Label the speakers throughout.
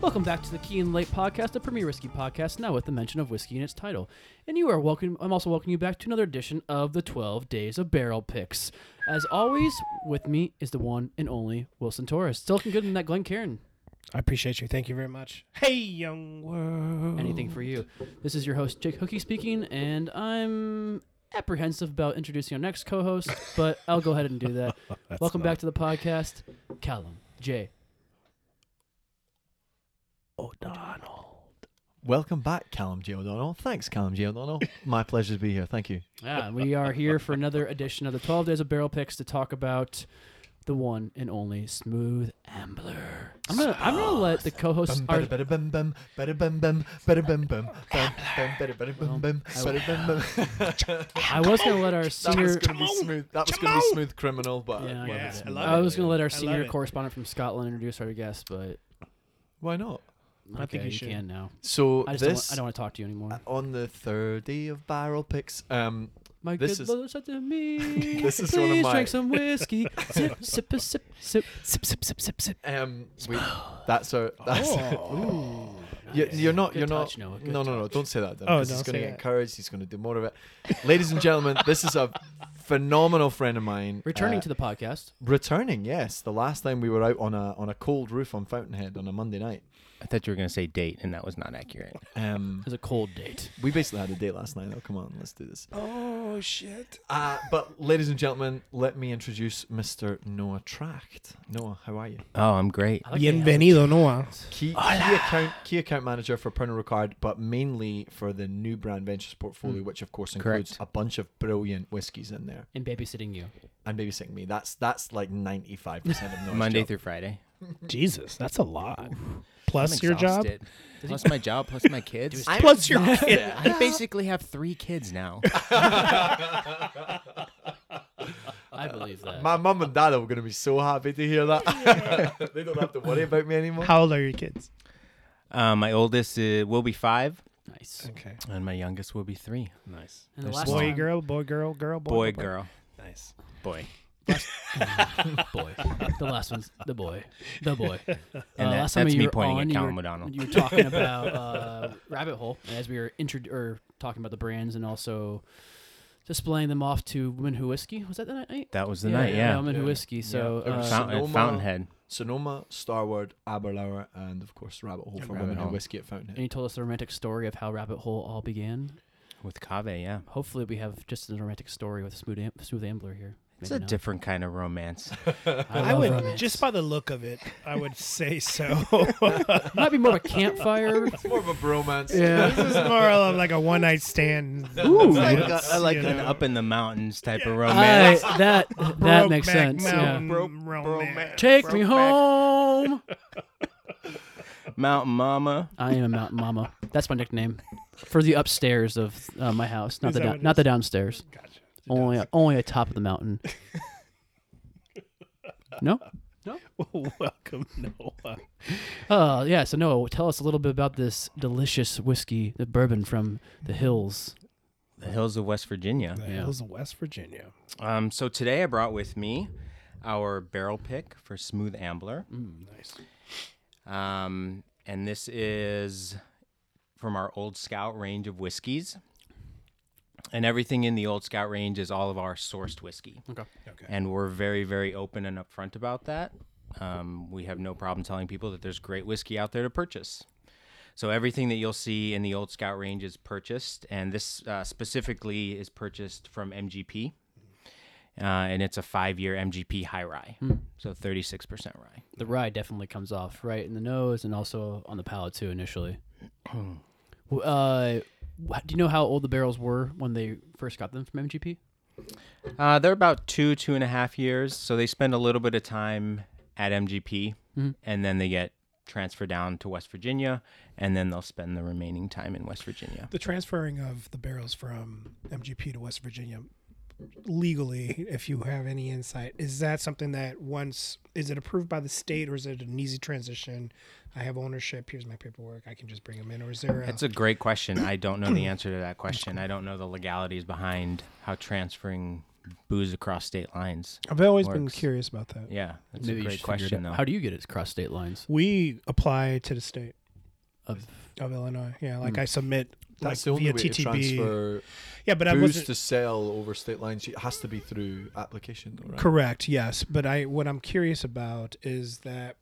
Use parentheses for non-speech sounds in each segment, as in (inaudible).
Speaker 1: Welcome back to the Key and Late podcast, the premier whiskey podcast, now with the mention of whiskey in its title. And you are welcome. I'm also welcoming you back to another edition of the 12 Days of Barrel Picks. As always, with me is the one and only Wilson Torres. Still looking good in that Glen Cairn.
Speaker 2: I appreciate you. Thank you very much. Hey, young world.
Speaker 1: Anything for you. This is your host, Jake Hookie, speaking, and I'm apprehensive about introducing our next co host, but I'll go ahead and do that. welcome back to the podcast, Callum J.
Speaker 2: O'Donnell.
Speaker 3: Welcome back, Callum J. O'Donnell. Thanks, Callum J. O'Donnell. My pleasure to be here. Thank you.
Speaker 1: Yeah, Uh, we are here for another edition of the 12 Days of Barrel Picks to talk about the one and only Smooth Ambler. I'm gonna I'm gonna let the co-hosts.
Speaker 3: Bum,
Speaker 1: Are,
Speaker 3: bada, bada, bum, bum, bada, bum, bum, bada, bum, bum, bum, bum, bada, bada, bum, bum, bada, bum, bum.
Speaker 1: I was gonna let our
Speaker 3: That was
Speaker 1: senior.
Speaker 3: gonna be smooth. That was gonna be smooth criminal, but
Speaker 1: Yeah, I
Speaker 3: well,
Speaker 1: got
Speaker 2: Yeah,
Speaker 1: it.
Speaker 2: I
Speaker 3: it's-
Speaker 2: love
Speaker 1: I was
Speaker 2: it.
Speaker 1: gonna let
Speaker 2: I
Speaker 1: our
Speaker 2: love
Speaker 1: senior
Speaker 2: it.
Speaker 1: correspondent from Scotland introduce our guest, but
Speaker 3: why not?
Speaker 1: okay,
Speaker 2: I think you
Speaker 1: you
Speaker 2: should.
Speaker 1: can now.
Speaker 3: So
Speaker 1: I just don't, want,
Speaker 3: this Uh,
Speaker 1: I don't want to talk to you anymore.
Speaker 3: on the third day of barrel picks. Um,
Speaker 1: My
Speaker 3: this
Speaker 1: good
Speaker 3: is-
Speaker 1: Lord, said to me.
Speaker 3: (laughs) This is
Speaker 1: Please
Speaker 3: one of my-
Speaker 1: drink
Speaker 3: (laughs)
Speaker 1: some whiskey. sip, sip, a sip, sip, sip, sip, sip, sip, sip.
Speaker 3: um, we, that's our. That's
Speaker 2: Oh.
Speaker 3: (laughs) You're, you're not.
Speaker 1: Good
Speaker 3: you're
Speaker 1: touch,
Speaker 3: not.
Speaker 1: Noah, good
Speaker 3: no, no, no. Don't say that. Then,
Speaker 2: Oh,
Speaker 3: because he's
Speaker 2: don't
Speaker 3: going to
Speaker 2: say
Speaker 3: get
Speaker 2: that.
Speaker 3: encouraged. He's going to do more of it. Ladies and gentlemen, this is a (laughs) phenomenal friend of mine.
Speaker 1: Returning
Speaker 3: uh,
Speaker 1: to the podcast,
Speaker 3: returning. Yes, the last time we were out on a on a cold roof on Fountainhead on a Monday night.
Speaker 4: I thought you were going to say date, and that was not accurate.
Speaker 3: Um,
Speaker 1: it was a cold date.
Speaker 3: we basically had a date last night. Oh, come on, let's do this.
Speaker 2: (laughs) Oh shit.
Speaker 3: Uh, but ladies and gentlemen, let me introduce Mr. Noah Tracht. Noah, how are you?
Speaker 4: Oh, I'm great.
Speaker 1: I like the analogy.
Speaker 2: Bienvenido, Noah.
Speaker 3: Key, key account key account manager for Pernod Ricard, but mainly for the new brand ventures portfolio, which of course includes
Speaker 4: Hmm. Correct.
Speaker 3: a bunch of brilliant whiskies in there.
Speaker 1: and babysitting you.
Speaker 3: and babysitting me. That's that's like ninety five percent
Speaker 4: (laughs)
Speaker 3: of Noah's
Speaker 4: Monday
Speaker 3: job.
Speaker 4: through Friday.
Speaker 2: (laughs) Jesus, that's a lot.
Speaker 4: I'm
Speaker 2: Plus your job.
Speaker 4: exhausted. Plus my job, plus (laughs) my kids. I,
Speaker 2: Plus your kid.
Speaker 4: basically have three kids now.
Speaker 1: I believe
Speaker 4: Uh,
Speaker 1: that.
Speaker 3: My mum and dad are going to be so happy to hear that. (laughs) they don't have to worry about me anymore.
Speaker 2: How old are your kids?
Speaker 4: (laughs) Uh, my oldest uh, will be five,
Speaker 1: nice.
Speaker 2: Okay.
Speaker 4: and my youngest will be three. Nice.
Speaker 1: And the
Speaker 4: They're
Speaker 1: last
Speaker 4: small.
Speaker 2: Boy,
Speaker 1: time-
Speaker 2: girl, boy, girl, girl, boy,
Speaker 4: boy,
Speaker 2: boy.
Speaker 4: girl,
Speaker 2: Nice.
Speaker 4: boy.
Speaker 1: (laughs) boy. The last one's the boy. The boy. Uh, And
Speaker 4: (laughs)
Speaker 2: Uh,
Speaker 4: And that- that's me pointing at Callum O'Donnell.
Speaker 1: You were
Speaker 4: (laughs)
Speaker 1: talking about uh, Rabbit Hole as we were intro- or talking about the brands and also displaying them off to Women Who Whiskey. Was that the night?
Speaker 4: That was the night, yeah.
Speaker 2: um,
Speaker 1: Women Who
Speaker 3: Yeah.
Speaker 1: Whiskey. So
Speaker 3: Yeah. It was
Speaker 1: uh,
Speaker 4: Fountain,
Speaker 3: Sonoma.
Speaker 4: Fountainhead.
Speaker 3: Sonoma, Starward, Aberlour, and of course Rabbit Hole for
Speaker 4: Rabbit
Speaker 3: women and
Speaker 4: Hole.
Speaker 3: whiskey at
Speaker 1: and
Speaker 3: Fountainhead.
Speaker 1: you told us the romantic story of how Rabbit Hole all began.
Speaker 4: With Cave, yeah.
Speaker 1: Hopefully, we have just a romantic story with Smooth, Am- Smooth Ambler here.
Speaker 4: It's
Speaker 1: Maybe
Speaker 4: a
Speaker 1: not.
Speaker 4: different kind of romance.
Speaker 2: I
Speaker 1: love
Speaker 2: would
Speaker 1: romance.
Speaker 2: just by the look of it, I would say (laughs) so.
Speaker 1: might be more of a
Speaker 4: (laughs)
Speaker 1: campfire.
Speaker 3: It's more of a bromance.
Speaker 1: yeah.
Speaker 2: this is more of like a one night stand.
Speaker 1: Ooh.
Speaker 4: I like,
Speaker 2: That's,
Speaker 4: I
Speaker 2: (laughs)
Speaker 4: like
Speaker 2: you
Speaker 4: an
Speaker 2: know,
Speaker 4: up in the mountains type of romance.
Speaker 1: I, that that makes
Speaker 2: Brokeback
Speaker 1: sense. Yeah.
Speaker 2: Mountain
Speaker 3: Broke-
Speaker 2: romance.
Speaker 1: Take me
Speaker 2: Brokeback.
Speaker 1: home.
Speaker 4: Mountain Mama.
Speaker 1: (laughs) I am a mountain mama. That's my nickname for the upstairs of uh, my house, not
Speaker 2: Is
Speaker 1: the
Speaker 2: that
Speaker 1: down,
Speaker 2: what it
Speaker 1: not the
Speaker 2: is?
Speaker 1: downstairs.
Speaker 2: Gotcha.
Speaker 1: Only only a top of the
Speaker 2: (laughs)
Speaker 1: mountain. no.
Speaker 2: (laughs) Welcome, Noah.
Speaker 1: Uh, yeah. So Noah, tell us a little bit about this delicious whiskey, the bourbon from the hills.
Speaker 4: The hills of West Virginia.
Speaker 2: The hills of West Virginia.
Speaker 4: Um, so today I brought with me our barrel pick for Smooth Ambler.
Speaker 2: Nice.
Speaker 4: Um, and this is from our Old Scout range of whiskeys. And everything in the Old Scout range is all of our sourced whiskey.
Speaker 1: Okay.
Speaker 2: Okay.
Speaker 4: And we're very, very open and upfront about that. Um, we have no problem telling people that there's great whiskey out there to purchase. So everything that you'll see in the Old Scout range is purchased, and this uh, specifically is purchased from MGP, uh, and it's a five-year MGP high rye,
Speaker 1: Hmm.
Speaker 4: so 36% rye.
Speaker 1: The rye definitely comes off right in the nose and also on the palate too initially.
Speaker 2: Hmm.
Speaker 1: W- uh, wh- do you know how old the barrels were when they first got them from MGP?
Speaker 4: Uh, they're about two, two and a half years. So they spend a little bit of time at MGP
Speaker 1: Hmm.
Speaker 4: and then they get transferred down to West Virginia and then they'll spend the remaining time in West Virginia.
Speaker 2: The transferring of the barrels from MGP to West Virginia legally, if you have any insight, is that something that once is it approved by the state or is it an easy transition? I have ownership. Here's my paperwork. I can just bring them in, or is there? A,
Speaker 4: That's
Speaker 1: (clears throat)
Speaker 4: a great question. I don't know the answer to that question. I don't know the legalities behind how transferring booze across state lines?
Speaker 2: I've always been
Speaker 4: Works.
Speaker 2: curious about that.
Speaker 4: Yeah, that's
Speaker 1: Maybe
Speaker 4: a
Speaker 1: you
Speaker 4: great
Speaker 1: should figure it
Speaker 4: question
Speaker 1: out.
Speaker 4: though.
Speaker 1: How do you get it across state lines?
Speaker 2: We apply to the state
Speaker 1: Of
Speaker 2: of Illinois. Yeah, like I submit
Speaker 3: That's the
Speaker 2: like via
Speaker 3: only way
Speaker 2: TTB.
Speaker 3: to transfer
Speaker 2: yeah, but I
Speaker 3: booze
Speaker 2: wasn't
Speaker 3: to sell over state lines. It has to be through application, though, right?
Speaker 2: correct. Yes, but I what I'm curious about is that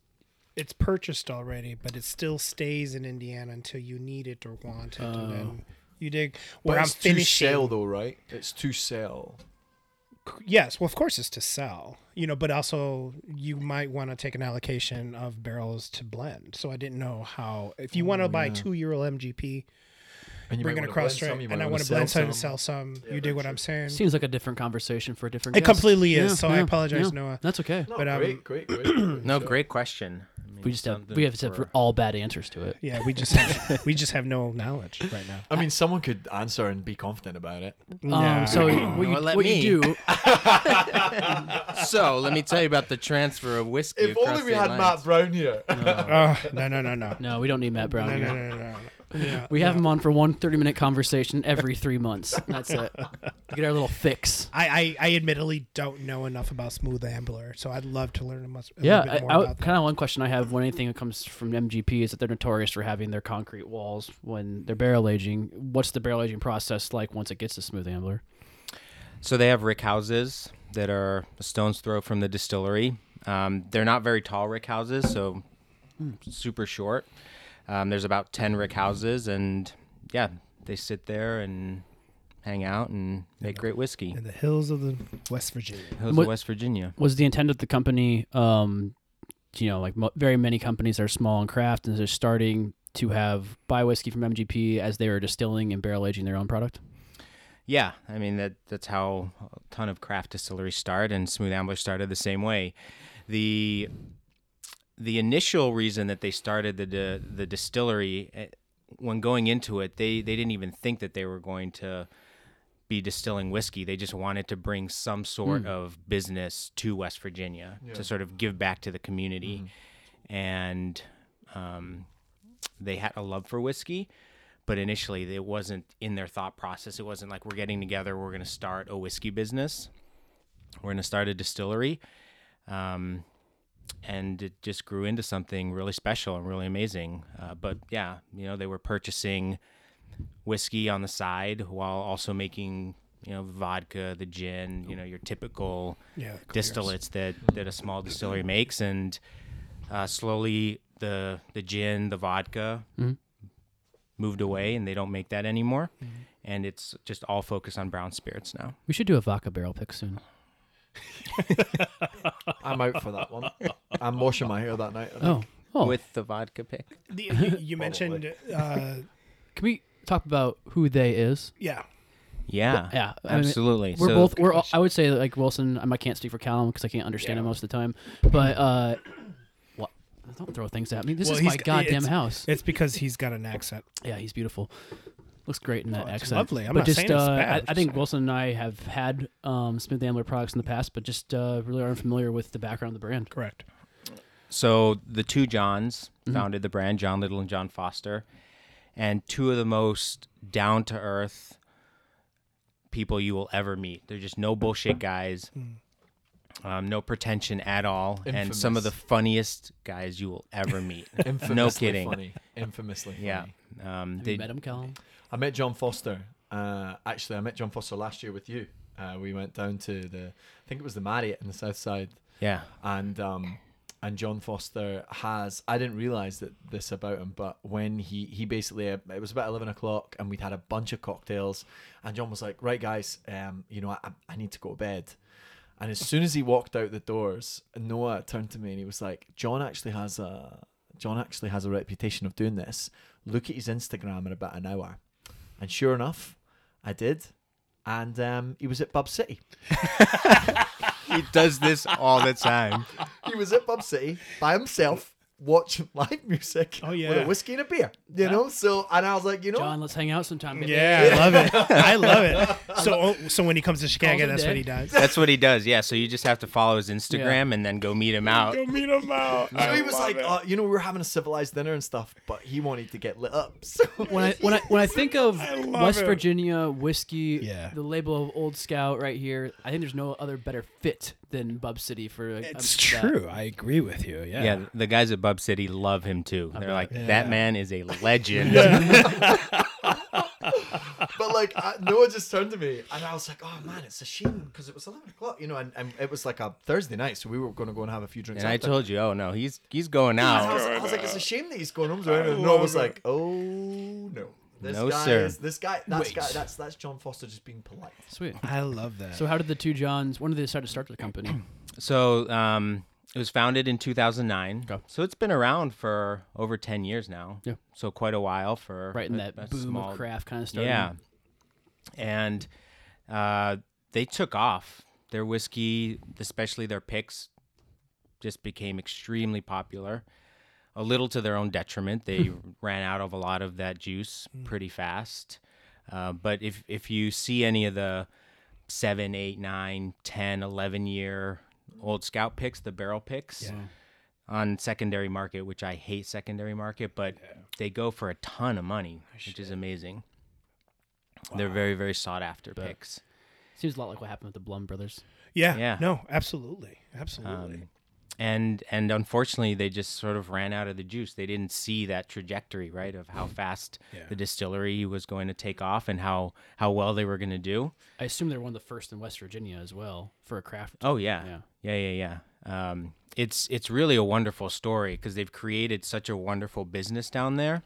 Speaker 2: it's purchased already, but it still stays in Indiana until you need it or want it.
Speaker 1: Oh.
Speaker 2: and then you dig
Speaker 3: But
Speaker 2: where I'm
Speaker 3: it's to
Speaker 2: finishing.
Speaker 3: sell, though, right? It's to sell.
Speaker 2: C- Yes, well, of course it's to sell, you know, but also you might want to take an allocation of barrels to blend. So I didn't know how if you want
Speaker 3: Oh,
Speaker 2: to buy a two-year-old MGP,
Speaker 3: And you
Speaker 2: bring
Speaker 3: might
Speaker 2: it
Speaker 3: wanna
Speaker 2: across
Speaker 3: blend
Speaker 2: straight,
Speaker 3: some, you might
Speaker 2: and I
Speaker 3: wanna
Speaker 2: want to blend some
Speaker 3: sell
Speaker 2: and sell some.
Speaker 3: Yeah,
Speaker 2: you dig
Speaker 3: that's
Speaker 2: what
Speaker 3: true.
Speaker 2: I'm saying?
Speaker 1: seems like a different conversation for a different.
Speaker 2: It
Speaker 1: guest.
Speaker 2: completely is,
Speaker 1: Yeah,
Speaker 2: so I
Speaker 1: yeah,
Speaker 2: apologize,
Speaker 1: yeah.
Speaker 2: Noah.
Speaker 1: That's okay.
Speaker 3: No,
Speaker 2: but, um,
Speaker 3: great, great,
Speaker 2: (clears throat)
Speaker 3: great, great.
Speaker 4: No,
Speaker 3: So-
Speaker 4: great question. I mean,
Speaker 1: We just have
Speaker 4: something
Speaker 1: we have said
Speaker 4: for-
Speaker 1: for all bad answers to it.
Speaker 2: Yeah, we just have, we just have no knowledge right
Speaker 3: (laughs)
Speaker 2: now.
Speaker 3: I mean, someone could answer and be confident about it.
Speaker 2: Nah.
Speaker 4: (coughs)
Speaker 1: Um, so what, you,
Speaker 4: Well, let
Speaker 1: what
Speaker 4: me.
Speaker 1: you do? (laughs)
Speaker 4: so let me tell you about the transfer of whiskey.
Speaker 3: If
Speaker 4: across
Speaker 3: only we
Speaker 4: state
Speaker 3: had
Speaker 4: lines.
Speaker 3: Matt Brown here.
Speaker 2: Oh, no, no, no, no,
Speaker 1: No, we don't need Matt Brown.
Speaker 2: no, no,
Speaker 1: here.
Speaker 2: no, no, no. Yeah,
Speaker 1: We have him on for one 30 minute conversation every three
Speaker 2: (laughs)
Speaker 1: months. That's it. We get our little fix.
Speaker 2: I, I, I admittedly don't know enough about smooth ambler, so I'd love to learn a, mus- a
Speaker 1: Yeah,
Speaker 2: little bit more about that.
Speaker 1: kind of one question I have when anything that comes from MGP is that they're notorious for having their concrete walls when they're barrel aging. What's the barrel aging process like once it gets to smooth ambler?
Speaker 4: So they have rick houses that are a stone's throw from the distillery. Um, they're not very tall rick houses, so super short. Um, there's about 10 rick houses, and yeah, they sit there and hang out and make great whiskey.
Speaker 2: In the hills of the West Virginia.
Speaker 4: Hills
Speaker 1: What-
Speaker 4: of West Virginia.
Speaker 1: Was the intent of the company, um, you know, like mo- very many companies are small and craft and they're starting to have buy whiskey from MGP as they are distilling and barrel aging their own product?
Speaker 4: Yeah, I mean that that's how a ton of craft distilleries start, and Smooth Ambler started the same way. the The initial reason that they started the di- the distillery, eh, when going into it, they they didn't even think that they were going to be distilling whiskey. They just wanted to bring some sort of business to West Virginia to sort of give back to the community, and um, they had a love for whiskey but initially it wasn't in their thought process. It wasn't like we're getting together, we're going to start a whiskey business, we're going to start a distillery, um, and it just grew into something really special and really amazing. Uh, but yeah, you know they were purchasing whiskey on the side while also making you know vodka, the gin, you know your typical
Speaker 2: Yeah,
Speaker 4: distillates that that a small distillery makes, and uh, slowly the the gin, the vodka
Speaker 1: Mm-hmm.
Speaker 4: moved away, and they don't make that anymore.
Speaker 1: Mm-hmm.
Speaker 4: And it's just all focused on brown spirits now.
Speaker 1: We should do a vodka barrel pick soon.
Speaker 3: (laughs) I'm out for that one. I'm washing my hair that night.
Speaker 2: (laughs)
Speaker 1: Oh, oh.
Speaker 4: With the vodka pick,
Speaker 1: (laughs)
Speaker 2: The- you, you mentioned, uh,
Speaker 1: Can we talk about who they is?
Speaker 2: yeah,
Speaker 4: yeah,
Speaker 1: Yeah, I mean,
Speaker 4: absolutely.
Speaker 1: We're
Speaker 4: So-
Speaker 1: both. We're. All, I would say like Wilson. I'm, I can't speak for Callum because I can't understand him most of the time. But uh, what? Don't throw things at me. This
Speaker 2: Well,
Speaker 1: is my
Speaker 2: he's got-
Speaker 1: goddamn
Speaker 2: it's-
Speaker 1: house.
Speaker 2: it's because he's got an accent.
Speaker 1: Yeah, he's beautiful. Looks great in that
Speaker 2: Oh, it's
Speaker 1: accent.
Speaker 2: lovely. I'm
Speaker 1: but
Speaker 2: not
Speaker 1: just,
Speaker 2: saying it's
Speaker 1: uh, I,
Speaker 2: bad, I'm
Speaker 1: I
Speaker 2: just
Speaker 1: think
Speaker 2: saying.
Speaker 1: Wilson and I have had um, Smith Ambler products in the past, but just uh, really aren't familiar with the background of the brand.
Speaker 2: Correct.
Speaker 4: So the two Johns founded the brand, John Little and John Foster, and two of the most down to earth people you will ever meet. They're just no bullshit guys, um, no pretension at all, and some of the funniest guys you will ever meet. no
Speaker 3: Infamously
Speaker 4: kidding.
Speaker 3: Funny. Infamously funny.
Speaker 4: Yeah. Um,
Speaker 1: Have you
Speaker 4: they,
Speaker 1: met him, Callum?
Speaker 3: I met John Foster. Uh, actually, I met John Foster last year with you. Uh, we went down to the, I think it was the Marriott in the South Side,
Speaker 4: yeah.
Speaker 3: and um, and John Foster has. I didn't realize that this about him, but when he he basically uh, it was about eleven o'clock, and we'd had a bunch of cocktails, and John was like, "Right, guys, um, you know, I, I- I need to go to bed." And as soon as he walked out the doors, Noah turned to me and he was like, "John actually has a John actually has a reputation of doing this. Look at his Instagram in about an hour." And sure enough, I did. And um, he was at Bub City.
Speaker 4: He does this all the time.
Speaker 3: He was at Bub City by himself watching live music
Speaker 2: Oh,
Speaker 3: with
Speaker 2: yeah.
Speaker 3: a whiskey and a beer. You know, so and I was like, you know,
Speaker 1: John, let's hang out sometime. baby.
Speaker 2: Yeah, I love it. I love it. (laughs) So, oh, so when he comes to Chicago,
Speaker 1: Calls it
Speaker 2: that's what
Speaker 1: day.
Speaker 2: he does.
Speaker 4: (laughs)
Speaker 1: (laughs)
Speaker 4: That's what he does. Yeah. So you just have to follow his Instagram and then go meet him out.
Speaker 2: meet him out.
Speaker 3: so he was like,
Speaker 2: "Oh,
Speaker 3: uh, you know, we were having a civilized dinner and stuff, but he wanted to get lit up. (laughs) So
Speaker 1: When I when I when I think
Speaker 2: (laughs)
Speaker 1: of
Speaker 2: love
Speaker 1: West
Speaker 2: it.
Speaker 1: Virginia whiskey,
Speaker 2: Yeah.
Speaker 1: the label of Old Scout right here, I think there's no other better fit than Bub City for. a-
Speaker 2: it's
Speaker 1: a- that.
Speaker 2: true. I agree with you. Yeah.
Speaker 4: Yeah, the guys at Bub City love him too. They're like,
Speaker 2: Yeah.
Speaker 4: that man
Speaker 1: (laughs)
Speaker 4: is a legend.
Speaker 3: but like I, Noah just turned to me and I was like, oh man, it's a shame because it was eleven o'clock, you know, and, and it was like a Thursday night, so we were going to go and have a few drinks.
Speaker 4: And I
Speaker 3: after.
Speaker 4: told you, oh no, he's he's going
Speaker 3: I
Speaker 4: out.
Speaker 3: was, I was like, it's a shame that he's going home. So and Noah was like, oh no, this
Speaker 4: No,
Speaker 3: guy
Speaker 4: sir.
Speaker 3: is this guy. That's
Speaker 1: Wait.
Speaker 3: guy. That's that's John Foster just being polite.
Speaker 1: Sweet.
Speaker 2: I love that.
Speaker 1: So how did the two Johns? When did they decide to start the
Speaker 4: (clears throat)
Speaker 1: company?
Speaker 4: So um, it was founded in 2009.
Speaker 1: Okay.
Speaker 4: So it's been around for over 10 years now.
Speaker 1: Yeah.
Speaker 4: So quite a while for
Speaker 1: Right in
Speaker 4: a-
Speaker 1: that
Speaker 4: a
Speaker 1: boom
Speaker 4: small-
Speaker 1: of craft kind of stuff.
Speaker 4: Yeah. And uh, they took off. Their whiskey, especially their picks, just became extremely popular. A little to their own detriment, they ran out of a lot of that juice pretty fast. Uh, but if if you see any of the seven, eight, nine, 10, 11 year old scout picks, the barrel picks on secondary market, which I hate secondary market, but they go for a ton of money, which is amazing. They're very, very sought after picks.
Speaker 1: Seems a lot like what happened with the Blum brothers.
Speaker 2: yeah,
Speaker 4: Yeah.
Speaker 2: No, absolutely, absolutely.
Speaker 4: Um, and and unfortunately, they just sort of ran out of the juice. They didn't see that trajectory, right, of how fast
Speaker 2: Yeah.
Speaker 4: the distillery was going to take off and how how well they were going to do.
Speaker 1: I assume they're one of the first in West Virginia as well for a craft.
Speaker 4: Oh yeah,
Speaker 1: Yeah.
Speaker 4: yeah, yeah, yeah. Um, it's it's really a wonderful story because they've created such a wonderful business down there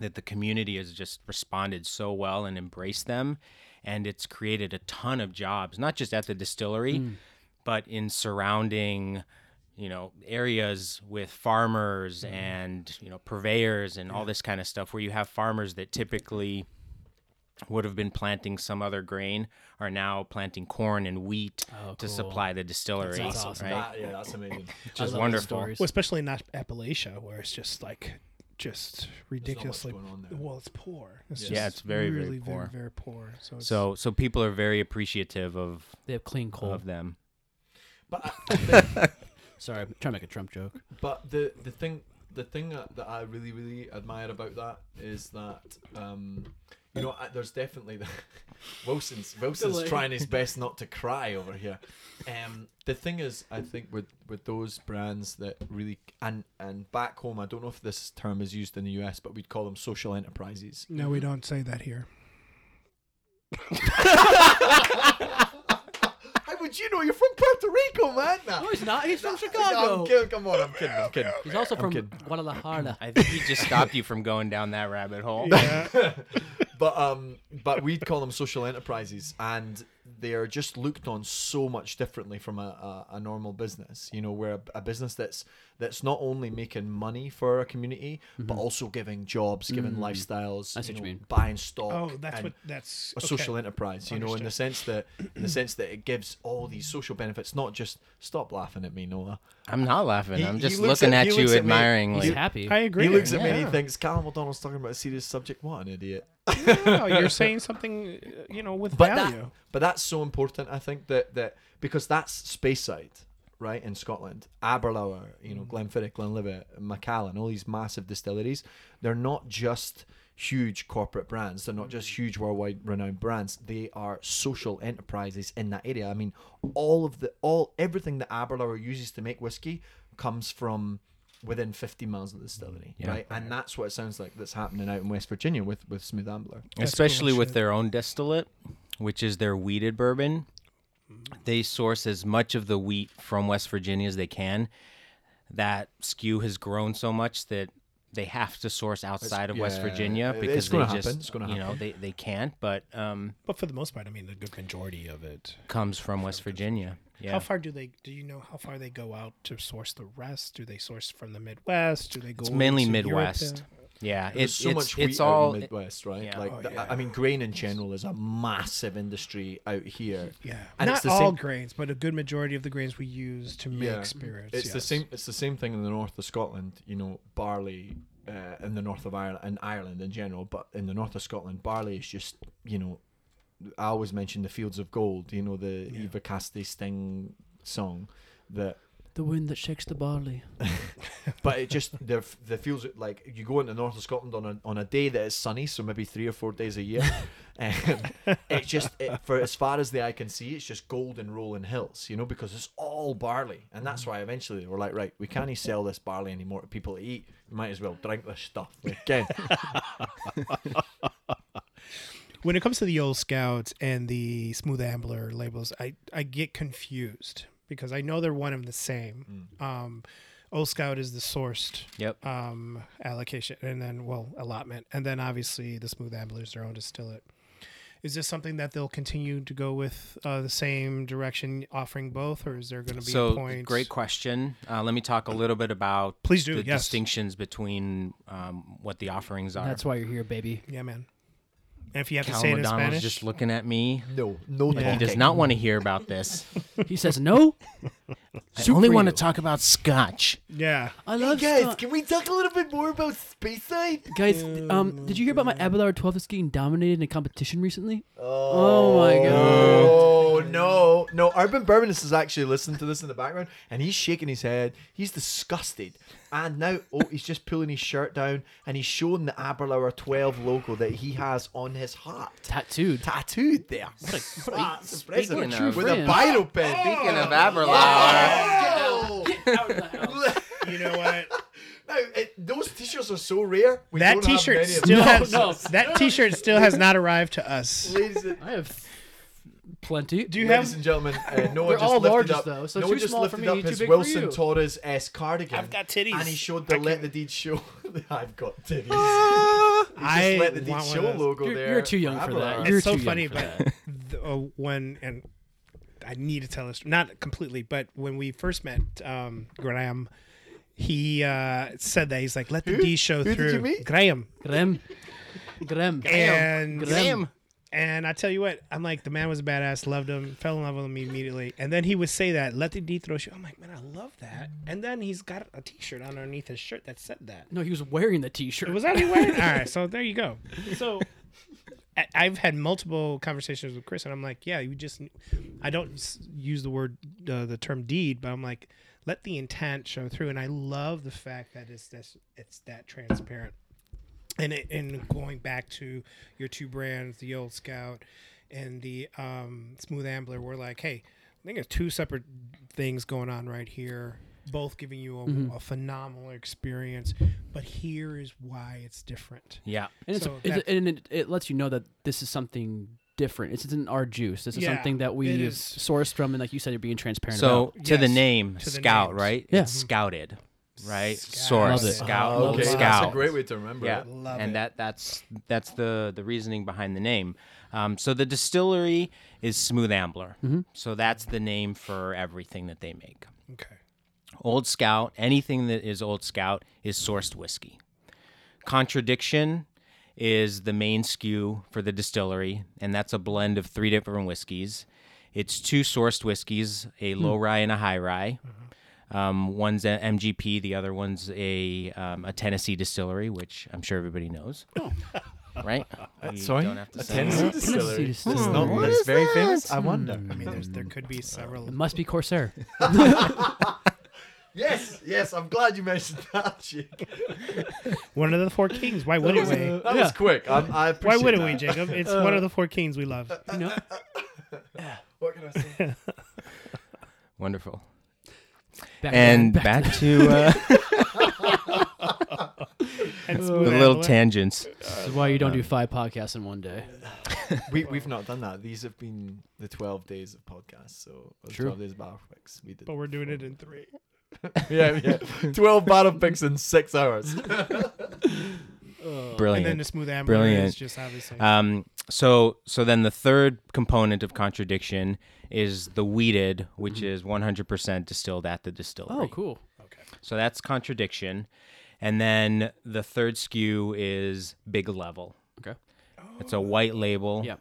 Speaker 4: that the community has just responded so well and embraced them, and it's created a ton of jobs, not just at the distillery,
Speaker 1: Hmm.
Speaker 4: but in surrounding. You know, areas with farmers
Speaker 1: Hmm.
Speaker 4: and, you know, purveyors and all this kind of stuff where you have farmers that typically would have been planting some other grain are now planting corn and wheat
Speaker 1: Oh,
Speaker 4: to
Speaker 1: cool.
Speaker 4: supply the distillery,
Speaker 1: That's awesome.
Speaker 4: right?
Speaker 3: That- yeah, that's amazing.
Speaker 1: I
Speaker 4: Which is
Speaker 1: love these
Speaker 4: wonderful.
Speaker 1: stories.
Speaker 2: Well, especially in App- Appalachia, where it's just like just ridiculously.
Speaker 3: going on there.
Speaker 2: Well, it's poor. It's
Speaker 4: Yeah,
Speaker 2: just
Speaker 4: it's very, very
Speaker 2: really,
Speaker 4: poor.
Speaker 2: Very, very poor. So, it's,
Speaker 4: So, so people are very appreciative of
Speaker 1: They have clean coal.
Speaker 4: of them.
Speaker 3: But
Speaker 1: (laughs)
Speaker 3: I,
Speaker 1: Sorry, I'm trying to make a Trump joke.
Speaker 3: but the the thing the thing that, that I really really admire about that is that um you know I, there's definitely the, (laughs) Wilson's Wilson's
Speaker 1: Delay.
Speaker 3: trying his best not to cry over here. Um the thing is I think with with those brands that really and and back home I don't know if this term is used in the US but we'd call them social enterprises.
Speaker 1: Mm.
Speaker 2: no, we don't say that here.
Speaker 3: How would you know you're from Puerto Rico, man? Nah.
Speaker 1: No, he's not. He's from
Speaker 3: I'm
Speaker 1: Oh, Chicago.
Speaker 3: kidding. Come on, I'm kidding. I'm kidding.
Speaker 1: (laughs) He's also from
Speaker 3: kidding.
Speaker 1: Guadalajara.
Speaker 4: I think he just stopped you from going down that rabbit hole.
Speaker 3: but um but we'd call them social enterprises and they're just looked on so much differently from a, a, a normal business you know where a, a business that's that's not only making money for a community but also giving jobs giving lifestyles
Speaker 1: Mm-hmm. Mm. see
Speaker 3: you
Speaker 1: what you
Speaker 3: know,
Speaker 1: mean.
Speaker 3: buying stock
Speaker 2: Oh, that's
Speaker 3: and
Speaker 2: what that's
Speaker 3: a
Speaker 2: okay.
Speaker 3: social enterprise you know in the
Speaker 2: Understood.
Speaker 3: sense that
Speaker 1: (clears throat)
Speaker 3: in the sense that it gives all these social benefits not just stop laughing at me noah
Speaker 4: I'm not laughing.
Speaker 3: He-
Speaker 4: I'm
Speaker 3: he
Speaker 4: just
Speaker 3: looks
Speaker 4: looking
Speaker 3: at-
Speaker 4: at,
Speaker 3: he
Speaker 4: you
Speaker 3: looks at me.
Speaker 4: admiringly.
Speaker 1: He's happy.
Speaker 2: I agree.
Speaker 3: he looks at me and
Speaker 2: yeah.
Speaker 3: he thinks callum o'donnell's talking about a serious subject what an idiot
Speaker 2: No, you're saying something, uh, you know, with
Speaker 3: but
Speaker 2: value.
Speaker 3: that, but that's so important i think that that because that's speyside right in scotland aberlour you
Speaker 2: Mm.
Speaker 3: know glenfiddich glenlivet macallan all these massive distilleries they're not just huge corporate brands they're not
Speaker 2: Mm.
Speaker 3: just huge worldwide renowned brands they are social enterprises in that area i mean all of the all everything that aberlour uses to make whiskey comes from within 50 miles of the distillery right and that's what it sounds like that's happening out in west virginia with with smooth ambler
Speaker 4: especially with
Speaker 2: bullshit.
Speaker 4: their own distillate, which is their weeded bourbon. They source as much of the wheat from West Virginia as they can. That skew has grown so much that they have to source outside of West
Speaker 3: yeah,
Speaker 4: Virginia
Speaker 3: it-
Speaker 4: because
Speaker 3: it's
Speaker 4: they
Speaker 3: gonna
Speaker 4: just
Speaker 3: happen, it's gonna
Speaker 4: you know they, they can't. But um,
Speaker 2: But for the most part, I mean, the good majority of it.
Speaker 4: comes from West Virginia. Yeah.
Speaker 2: How far do they? Do you know how far they go out to source the rest? Do they source from the Midwest? Do they go
Speaker 4: It's mainly
Speaker 2: into Europe
Speaker 4: Midwest.
Speaker 2: then?
Speaker 4: Yeah, it,
Speaker 3: There's so
Speaker 4: it's
Speaker 3: much wheat
Speaker 4: it's
Speaker 3: out
Speaker 4: all
Speaker 3: in the Midwest, right?
Speaker 4: yeah.
Speaker 3: Like,
Speaker 2: Oh,
Speaker 3: th-
Speaker 2: yeah.
Speaker 3: I mean, grain in general is a massive industry out here.
Speaker 2: Yeah,
Speaker 3: And
Speaker 2: not
Speaker 3: it's the
Speaker 2: all
Speaker 3: same-
Speaker 2: grains, but a good majority of the grains we use to make spirits.
Speaker 3: It's the
Speaker 2: yes.
Speaker 3: same. It's the same thing in the north of Scotland. You know, barley uh, in the north of Ireland and Ireland in general, but in the north of Scotland, barley is just you know. I always mention the fields of gold. You know the
Speaker 2: Yeah.
Speaker 3: Eva Castes thing song that
Speaker 1: The wind that shakes the barley.
Speaker 3: but it just the the feels like you go into the north of Scotland on a, on a day that is sunny, so maybe three or four days a
Speaker 4: (laughs)
Speaker 3: year. um, it just it, for as far as the eye can see, it's just golden rolling hills, you know, because it's all barley, and
Speaker 4: Mm-hmm.
Speaker 3: that's why eventually they were like, right, we can't sell this barley anymore to people to eat. We might as well drink this stuff
Speaker 4: (laughs)
Speaker 3: again.
Speaker 2: When it comes to the old scouts and the smooth ambler labels, I, I get confused because I know they're one of the same.
Speaker 4: Mm.
Speaker 2: Um, old scout is the sourced
Speaker 4: yep.
Speaker 2: um, allocation, and then well allotment, and then obviously the smooth ambler is their own distillate. Is this something that they'll continue to go with uh, the same direction, offering both, or is there going to be a
Speaker 4: so
Speaker 2: point?
Speaker 4: great question. Uh, let me talk a little bit about
Speaker 2: Please do,
Speaker 4: the
Speaker 2: yes.
Speaker 4: distinctions between um, what the offerings are.
Speaker 1: That's why you're here, baby.
Speaker 2: Yeah, man. And if you have to
Speaker 4: Cal
Speaker 2: say it in
Speaker 4: O'Donnell's
Speaker 2: Spanish,
Speaker 4: just looking at me.
Speaker 3: No, no,
Speaker 4: He
Speaker 3: talking.
Speaker 4: does not want to hear
Speaker 2: (laughs)
Speaker 4: about this.
Speaker 1: He says no.
Speaker 4: I only
Speaker 1: for
Speaker 4: want to
Speaker 1: you.
Speaker 4: talk about scotch.
Speaker 2: yeah,
Speaker 1: I
Speaker 3: Hey
Speaker 1: love
Speaker 3: guys,
Speaker 1: Scott.
Speaker 3: can we talk a little bit more about Speyside?
Speaker 1: Guys, th- um, did you hear about my Abelard 12 that's getting dominated in a competition recently? Oh, my god.
Speaker 3: Oh no, no! Urban Burmanus is actually listening to this in the background, and he's shaking his head. He's disgusted, and now oh, he's just pulling his shirt down, and he's showing the Aberlour Twelve logo that he has on his heart,
Speaker 1: Tattooed.
Speaker 3: tattooed there. That's impressive.
Speaker 4: speaking of-
Speaker 3: with a
Speaker 1: Friend.
Speaker 3: biro pen.
Speaker 4: Speaking of Aberlour,
Speaker 3: Oh.
Speaker 2: you know what?
Speaker 3: (laughs) Now, it- those t-shirts are so rare. We
Speaker 2: that
Speaker 3: don't have
Speaker 2: T-shirt
Speaker 3: many of
Speaker 2: still
Speaker 3: them.
Speaker 2: has
Speaker 1: no.
Speaker 2: that T-shirt still has not arrived to us.
Speaker 3: Ladies and-
Speaker 1: I have plenty.
Speaker 2: Do you
Speaker 3: Ladies
Speaker 2: have?
Speaker 3: and gentlemen, uh,
Speaker 1: (laughs)
Speaker 3: Noah
Speaker 1: They're
Speaker 3: just
Speaker 1: all
Speaker 3: lifted
Speaker 1: larges,
Speaker 3: up.
Speaker 1: though, so
Speaker 3: Noah
Speaker 1: too
Speaker 3: just
Speaker 1: small for
Speaker 3: lifted
Speaker 1: me,
Speaker 3: up
Speaker 1: too
Speaker 3: his
Speaker 1: big for
Speaker 3: Wilson
Speaker 1: you.
Speaker 3: Torres s cardigan. I've
Speaker 2: got titties.
Speaker 3: and he showed the "Let the Deed Show." (laughs) I've got titties.
Speaker 1: (laughs)
Speaker 3: He just
Speaker 2: I
Speaker 3: let the deed
Speaker 2: want one
Speaker 3: show
Speaker 2: of those.
Speaker 3: logo
Speaker 1: You're-
Speaker 3: there.
Speaker 1: you're too young for that.
Speaker 3: Abelar.
Speaker 1: You're-
Speaker 2: It's so
Speaker 1: too young
Speaker 2: funny,
Speaker 1: for
Speaker 2: but the, uh, when and I need to tell this not completely, but when we first met um, Graham, he uh, said that he's like, "Let the D show
Speaker 3: Who did
Speaker 2: through."
Speaker 3: you meet?
Speaker 2: Graham
Speaker 1: Graham. Graham.
Speaker 2: and
Speaker 1: Graham.
Speaker 2: And I tell you what, I'm like, the man was a badass, loved him, fell in love with him immediately. And then he would say that, let the D throw show. I'm like, man, I love that. And then he's got a t shirt underneath his shirt that said that.
Speaker 1: No, he was wearing the t-shirt.
Speaker 2: Was that he wearing? All right, so there you go. So I- I've had multiple conversations with Chris, and I'm like, yeah, you just, I don't s- use the word, uh, the term deed, but I'm like, let the intent show through. And I love the fact that it's this, it's that transparent. And it, and going back to your two brands, the Old Scout and the um, Smooth Ambler, we're like, hey, I think there's two separate things going on right here, both giving you a, a phenomenal experience. But here is why it's different.
Speaker 4: (laughs) Yeah.
Speaker 1: And, it's,
Speaker 2: So
Speaker 1: it's,
Speaker 2: that's-
Speaker 1: and it, it lets you know that this is something different. This isn't our juice. This is
Speaker 2: Yeah,
Speaker 1: something that
Speaker 2: it
Speaker 1: we have
Speaker 2: is.
Speaker 1: sourced from, and like you said, you're being transparent
Speaker 4: So
Speaker 1: about.
Speaker 4: to the
Speaker 2: Yes,
Speaker 4: name
Speaker 2: to the
Speaker 4: Scout,
Speaker 2: names.
Speaker 4: right?
Speaker 1: Yeah.
Speaker 4: It's scouted, right?
Speaker 2: Scout.
Speaker 1: Love it.
Speaker 4: Source Scout,
Speaker 3: Oh,
Speaker 4: Old
Speaker 3: okay,
Speaker 2: Love it.
Speaker 4: Scout.
Speaker 3: that's a great way to remember.
Speaker 4: yeah,
Speaker 3: it.
Speaker 2: Love
Speaker 4: and
Speaker 2: it.
Speaker 4: that that's that's the the reasoning behind the name. Um, so the distillery is Smooth Ambler.
Speaker 2: Mm-hmm.
Speaker 4: So that's the name for everything that they make.
Speaker 2: Okay.
Speaker 4: Old Scout, anything that is Old Scout is sourced whiskey. Contradiction is the main skew for the distillery, and that's a blend of three different whiskeys. It's two sourced whiskeys, a low rye and a high rye. Um, one's a MGP, the other one's a um, a Tennessee distillery, which I'm sure everybody knows, right? We
Speaker 3: Sorry,
Speaker 4: don't have to
Speaker 3: a
Speaker 4: say
Speaker 3: Tennessee
Speaker 2: (laughs)
Speaker 4: that.
Speaker 3: distillery. It's
Speaker 1: distillery.
Speaker 3: not.
Speaker 1: Hmm. What
Speaker 3: It's very famous. I wonder.
Speaker 2: I mean, there's, there could be several.
Speaker 1: It must be
Speaker 2: (laughs)
Speaker 1: Corsair.
Speaker 3: Yes, yes. I'm glad you mentioned (laughs) that. Jake.
Speaker 2: One of the four kings. Why
Speaker 1: (laughs)
Speaker 2: wouldn't we?
Speaker 3: That was quick. i I
Speaker 2: Why
Speaker 3: appreciate
Speaker 2: wouldn't we,
Speaker 3: that.
Speaker 2: Jacob? It's one of the four kings we love. (laughs)
Speaker 1: no.
Speaker 3: What can I
Speaker 1: (laughs)
Speaker 3: say?
Speaker 4: Wonderful.
Speaker 1: Back
Speaker 4: And
Speaker 1: then,
Speaker 4: back to uh,
Speaker 2: And
Speaker 4: the
Speaker 2: smooth
Speaker 4: little
Speaker 2: Ambler.
Speaker 4: tangents.
Speaker 1: this is why you don't do five podcasts in one day.
Speaker 3: We, we've not done that. These have been the 12 days of podcasts. So, or
Speaker 1: True.
Speaker 3: 12 days of Battle Fix. We did
Speaker 2: But we're doing it in three.
Speaker 3: yeah, (laughs) yeah. 12 battle picks in six hours.
Speaker 2: And
Speaker 4: Brilliant.
Speaker 2: then the smooth ambler is
Speaker 4: Brilliant.
Speaker 2: just obviously.
Speaker 4: Um, so so then the third component of contradiction is the weeded, which is 100% distilled at the distillery.
Speaker 1: Mm-hmm. Oh, cool.
Speaker 4: So that's contradiction. And then the third skew is Big Level.
Speaker 1: Okay.
Speaker 4: It's a white label
Speaker 1: Yeah.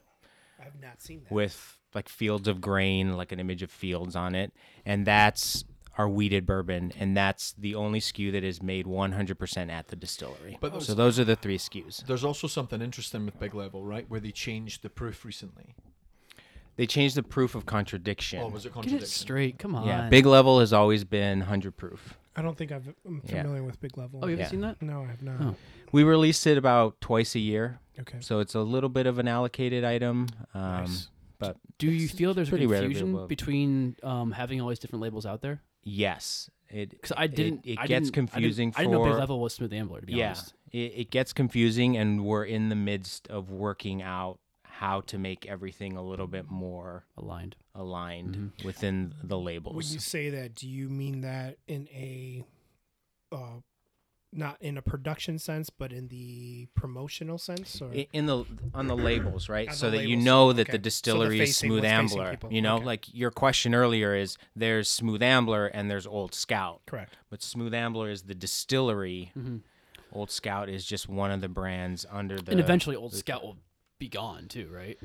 Speaker 2: I've not seen that.
Speaker 4: with like fields of grain, like an image of fields on it, and that's our weeded bourbon, and that's the only skew that is made 100% at the distillery.
Speaker 3: But those-
Speaker 4: so those are the three skews.
Speaker 3: There's also something interesting with Big Level, right? Where they changed the proof recently.
Speaker 4: They changed the proof of contradiction.
Speaker 3: Oh, was it
Speaker 1: Get
Speaker 3: contradiction?
Speaker 1: it straight. Come on.
Speaker 4: yeah, big level has always been 100 proof.
Speaker 2: I don't think I've, I'm
Speaker 4: Yeah.
Speaker 2: familiar with Big Level.
Speaker 1: Oh, you haven't
Speaker 4: Yeah.
Speaker 1: seen that?
Speaker 2: No, I have not.
Speaker 1: Oh.
Speaker 4: We release it about twice a year,
Speaker 2: Okay.
Speaker 4: so it's a little bit of an allocated item. Um,
Speaker 3: Nice.
Speaker 4: But
Speaker 1: Do you feel there's a
Speaker 4: pretty rarely
Speaker 1: confusion
Speaker 4: available.
Speaker 1: between um, having all these different labels out there?
Speaker 4: yes, it
Speaker 1: Because I
Speaker 4: it-
Speaker 1: didn't.
Speaker 4: It,
Speaker 1: I didn't- I
Speaker 4: gets
Speaker 1: didn't-
Speaker 4: confusing
Speaker 1: I didn't know
Speaker 4: for
Speaker 1: Big Level was Smooth Ambler. To be
Speaker 4: yeah,
Speaker 1: honest.
Speaker 4: It, it gets confusing, and we're in the midst of working out how to make everything a little bit more
Speaker 1: Aligned.
Speaker 4: aligned within the
Speaker 2: Mm-hmm. When
Speaker 4: labels.
Speaker 2: you say that, do you mean that in a, uh, not in a production sense, but in the promotional sense? Or
Speaker 4: I- in the on the labels, right?
Speaker 2: On
Speaker 4: So
Speaker 2: the
Speaker 4: that you
Speaker 2: labels,
Speaker 4: know that
Speaker 2: okay.
Speaker 4: the
Speaker 2: So the
Speaker 4: distillery is
Speaker 2: facing-
Speaker 4: Smooth
Speaker 2: what's facing
Speaker 4: Ambler.
Speaker 2: people,
Speaker 4: You know,
Speaker 2: okay.
Speaker 4: like your question earlier is there's Smooth Ambler and there's Old Scout,
Speaker 2: correct.
Speaker 4: but Smooth Ambler is the distillery.
Speaker 1: Mm-hmm.
Speaker 4: Old Scout is just one of the brands under the
Speaker 1: and eventually, Old Scout will be gone too, right?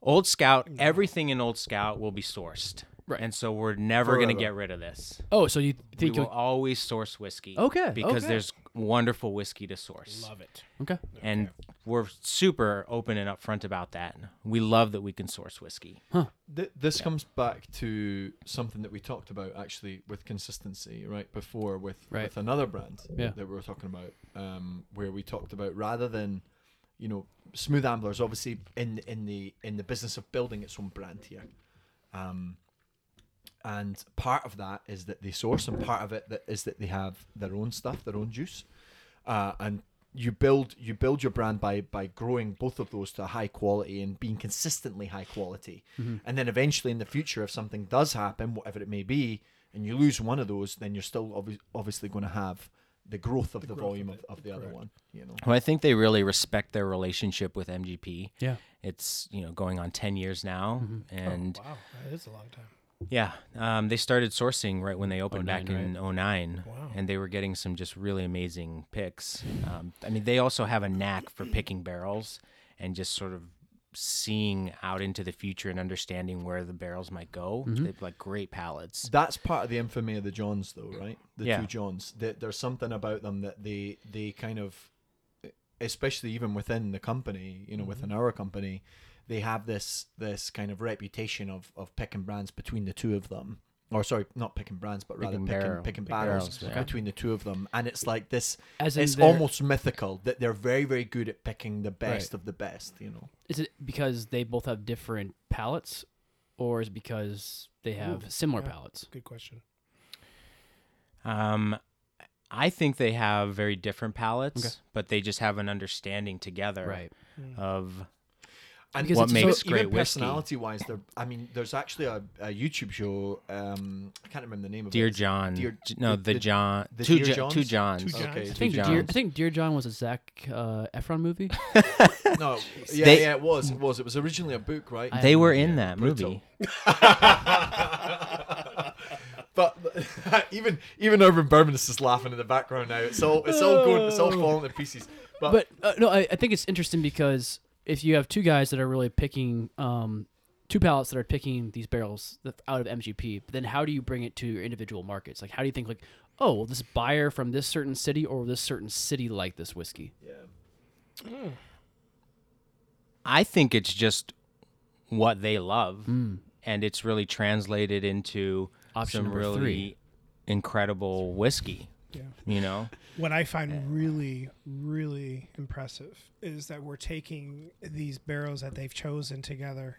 Speaker 4: Old Scout. Everything in Old Scout will be sourced,
Speaker 1: Right.
Speaker 4: and so we're never going to
Speaker 3: Forever.
Speaker 4: get rid of this.
Speaker 1: Oh, so you
Speaker 4: We
Speaker 1: think
Speaker 4: will
Speaker 1: you'll
Speaker 4: always source whiskey.
Speaker 1: Okay,
Speaker 4: Because
Speaker 1: okay.
Speaker 4: there's wonderful whiskey to source.
Speaker 2: Love it.
Speaker 1: okay?
Speaker 4: And we're super open and upfront about that. We love that we can source whiskey.
Speaker 3: Th- this comes back to something that we talked about actually with consistency right before with
Speaker 1: Right.
Speaker 3: with another brand
Speaker 1: Yeah.
Speaker 3: that we were talking about um, where we talked about rather than you know smooth amblers obviously in in the in the business of building its own brand here um, and part of that is that they source and part of it that is that they have their own stuff their own juice uh, and you build you build your brand by by growing both of those to high quality and being consistently high quality and then eventually in the future if something does happen whatever it may be and you lose one of those then you're still obvi- obviously going to have the growth of the, volume of, of the other one you know
Speaker 4: Well, I think they really respect their relationship with MGP.
Speaker 1: Yeah. Mm-hmm.
Speaker 4: It's, you know, going on 10 years now. And
Speaker 2: Wow, that is a long time.
Speaker 4: yeah, um, they started sourcing right when they opened back
Speaker 1: 09,
Speaker 4: in '09, And they were getting some just really amazing picks. Um, I mean, they also have a knack for picking barrels and just sort of seeing out into the future and understanding where the barrels might go. They've like great palettes.
Speaker 3: That's part of the infamy of the Johns, though, right? The
Speaker 4: Yeah.
Speaker 3: two Johns. That there's something about them that they they kind of, especially even within the company, you know, within
Speaker 4: Mm-hmm.
Speaker 3: our company, they have this this kind of reputation of of picking brands between the two of them. Or sorry, not picking brands, but rather
Speaker 4: Picking
Speaker 3: picking
Speaker 4: barrel-
Speaker 3: picking
Speaker 4: pick
Speaker 3: barrels,
Speaker 4: barrels, yeah.
Speaker 3: between the two of them, and it's like this.
Speaker 1: As in
Speaker 3: it's
Speaker 1: they're-
Speaker 3: almost mythical that they're very very good at picking the best
Speaker 1: Right.
Speaker 3: of the best. You know,
Speaker 1: Is it because they both have different palettes, or is it because they have similar
Speaker 2: yeah.
Speaker 1: palettes?
Speaker 2: Good question.
Speaker 4: Um, I think they have very different palettes, but they just have an understanding together
Speaker 1: Right.
Speaker 4: of
Speaker 3: and
Speaker 1: Because What it's- makes
Speaker 4: great
Speaker 3: even
Speaker 4: whiskey?
Speaker 3: personality wise there i mean there's actually a, a youtube show um i can't remember the name of
Speaker 4: Dear
Speaker 3: it
Speaker 4: John.
Speaker 3: Dear-
Speaker 4: J- no, the,
Speaker 3: the-
Speaker 4: John.
Speaker 3: the
Speaker 4: two,
Speaker 3: Dear
Speaker 4: Jo-
Speaker 3: Johns?
Speaker 4: two Johns.
Speaker 2: Two
Speaker 4: Two
Speaker 2: Johns.
Speaker 3: okay
Speaker 1: I
Speaker 4: Two
Speaker 1: think, Dear,
Speaker 4: Johns.
Speaker 1: I think Dear John was a Zach uh, Efron movie. (laughs)
Speaker 3: no yeah
Speaker 4: They-
Speaker 3: yeah it was it was it was originally a book right
Speaker 4: They were in that
Speaker 3: Brutal.
Speaker 4: movie.
Speaker 3: (laughs) but even even urban Burmanus is laughing in the background now it's all it's all going it's all falling to pieces but,
Speaker 1: but uh, no, I, I think it's interesting because if you have two guys that are really picking, um, two pallets that are picking these barrels th- out of MGP, then how do you bring it to your individual markets? Like, how do you think like, oh, well, this buyer from this certain city or this certain city like this whiskey?
Speaker 3: yeah.
Speaker 4: I think it's just what they love, and it's really translated into
Speaker 1: Option
Speaker 4: some
Speaker 1: number
Speaker 4: really
Speaker 1: three.
Speaker 4: incredible whiskey.
Speaker 2: Yeah.
Speaker 4: You know,
Speaker 2: What I find really, really impressive is that we're taking these barrels that they've chosen together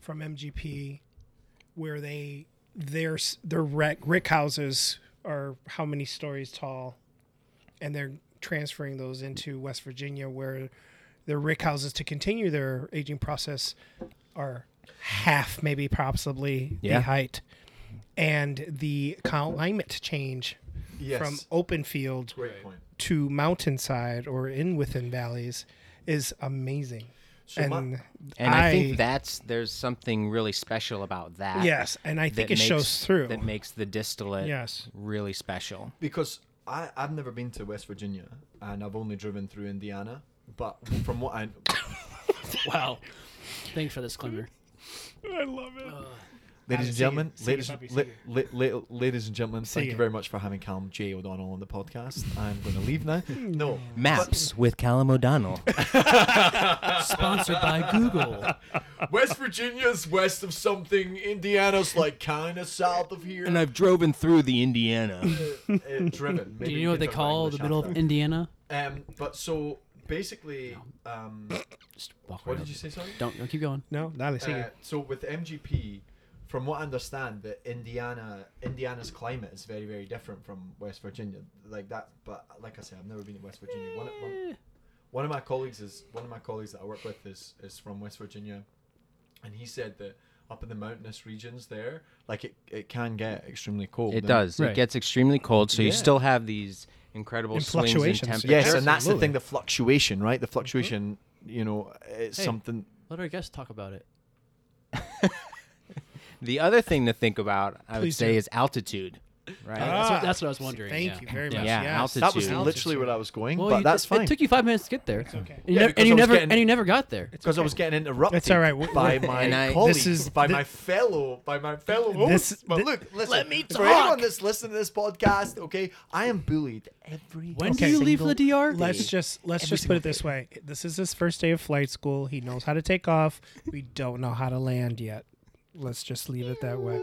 Speaker 2: from MGP, where they their s- their wreck, rick houses are how many stories tall, and they're transferring those into West Virginia, where their rick houses to continue their aging process are half, maybe possibly
Speaker 4: Yeah.
Speaker 2: the height, and the climate change
Speaker 3: yes
Speaker 2: from open field
Speaker 3: great point
Speaker 2: to mountainside or in within valleys is amazing.
Speaker 3: so
Speaker 2: and
Speaker 3: my-
Speaker 4: and I, think that's there's something really special about that.
Speaker 2: yes, and I
Speaker 4: that
Speaker 2: think it
Speaker 4: makes-
Speaker 2: shows through.
Speaker 4: That makes the distillate
Speaker 2: Yes.
Speaker 4: really special.
Speaker 3: because I, I've never been to West Virginia, and I've only driven through Indiana. But from what I
Speaker 1: Wow. Thanks for the disclaimer.
Speaker 2: I love
Speaker 3: Uh,
Speaker 2: it.
Speaker 3: Ladies
Speaker 2: Sing
Speaker 3: and
Speaker 2: it,
Speaker 3: gentlemen,
Speaker 2: sing it,
Speaker 3: ladies,
Speaker 2: puppy,
Speaker 3: la-
Speaker 2: sing
Speaker 3: la- la- ladies and gentlemen,
Speaker 2: Sing
Speaker 3: thank you
Speaker 2: it.
Speaker 3: very much for having Calm J O'Donnell on the podcast. I'm going to leave now.
Speaker 1: Hmm.
Speaker 3: No,
Speaker 4: Maps with Callum O'Donnell.
Speaker 1: Sponsored by
Speaker 3: (laughs)
Speaker 1: Google.
Speaker 3: West Virginia's west of something. Indiana's like kind of south of here.
Speaker 4: (laughs) and I've driven through the Indiana.
Speaker 3: uh,
Speaker 1: (laughs)
Speaker 3: driven.
Speaker 1: Do you know what they call the middle of Indiana?
Speaker 3: Um, but so basically, um,
Speaker 1: Just walk
Speaker 3: what
Speaker 1: right
Speaker 3: did
Speaker 1: over.
Speaker 3: you say? Sorry.
Speaker 1: Don't, don't keep going.
Speaker 2: No, Dale, sigue.
Speaker 3: Uh, so with MGP, from what I understand, that Indiana Indiana's climate is very very different from West Virginia. Like that, but like I said, I've never been to West Virginia. One, one, one of my colleagues is one of my colleagues that I work with is is from West Virginia, and he said that up in the mountainous regions there, like it, it can get extremely cold.
Speaker 4: It
Speaker 3: And-
Speaker 4: does.
Speaker 1: Right.
Speaker 4: It gets extremely cold, so you
Speaker 3: Yeah.
Speaker 4: still have these incredible
Speaker 2: And
Speaker 4: swings in
Speaker 2: fluctuations.
Speaker 4: temperature.
Speaker 3: Yes,
Speaker 2: Sure.
Speaker 3: and that's the
Speaker 2: Absolutely.
Speaker 3: thing. The fluctuation, right? The fluctuation. You know, it's
Speaker 1: Hey.
Speaker 3: something.
Speaker 1: Let our guests talk about it.
Speaker 4: The other thing to think about, I would
Speaker 2: Please
Speaker 4: say,
Speaker 2: do.
Speaker 4: is
Speaker 3: Ah.
Speaker 4: altitude. Right.
Speaker 1: Uh, that's what- that's what I was wondering,
Speaker 2: Ah. Thank
Speaker 1: yeah.
Speaker 2: you very
Speaker 1: Yeah.
Speaker 2: much.
Speaker 4: Yeah,
Speaker 2: yes.
Speaker 4: altitude.
Speaker 3: That was
Speaker 4: Altitude.
Speaker 3: literally what I was going,
Speaker 1: Well,
Speaker 3: but
Speaker 1: you-
Speaker 3: that's
Speaker 1: it,
Speaker 3: fine.
Speaker 1: It took you five minutes to get there. It's
Speaker 2: okay.
Speaker 1: And you,
Speaker 3: Yeah,
Speaker 1: never,
Speaker 3: because
Speaker 1: and you
Speaker 3: I was
Speaker 1: never
Speaker 3: getting-
Speaker 1: and you never got there.
Speaker 3: because I was getting interrupted
Speaker 2: It's all right. We-
Speaker 3: by
Speaker 2: we-
Speaker 3: my
Speaker 4: And I-
Speaker 3: colleagues,
Speaker 2: this is-
Speaker 3: by
Speaker 2: thi-
Speaker 3: my fellow, by my fellow
Speaker 2: This-
Speaker 3: hosts. but
Speaker 2: thi-
Speaker 3: look, listen,
Speaker 1: Let me
Speaker 3: For
Speaker 1: talk.
Speaker 3: anyone that's listening to this podcast, okay, I am bullied every.
Speaker 1: When
Speaker 2: Okay.
Speaker 1: do you leave the
Speaker 3: single
Speaker 1: DR?
Speaker 2: Let's just let's just put it this way. This is his first day of flight school. He knows how to take off. We don't know how to land yet. Let's just leave it that way.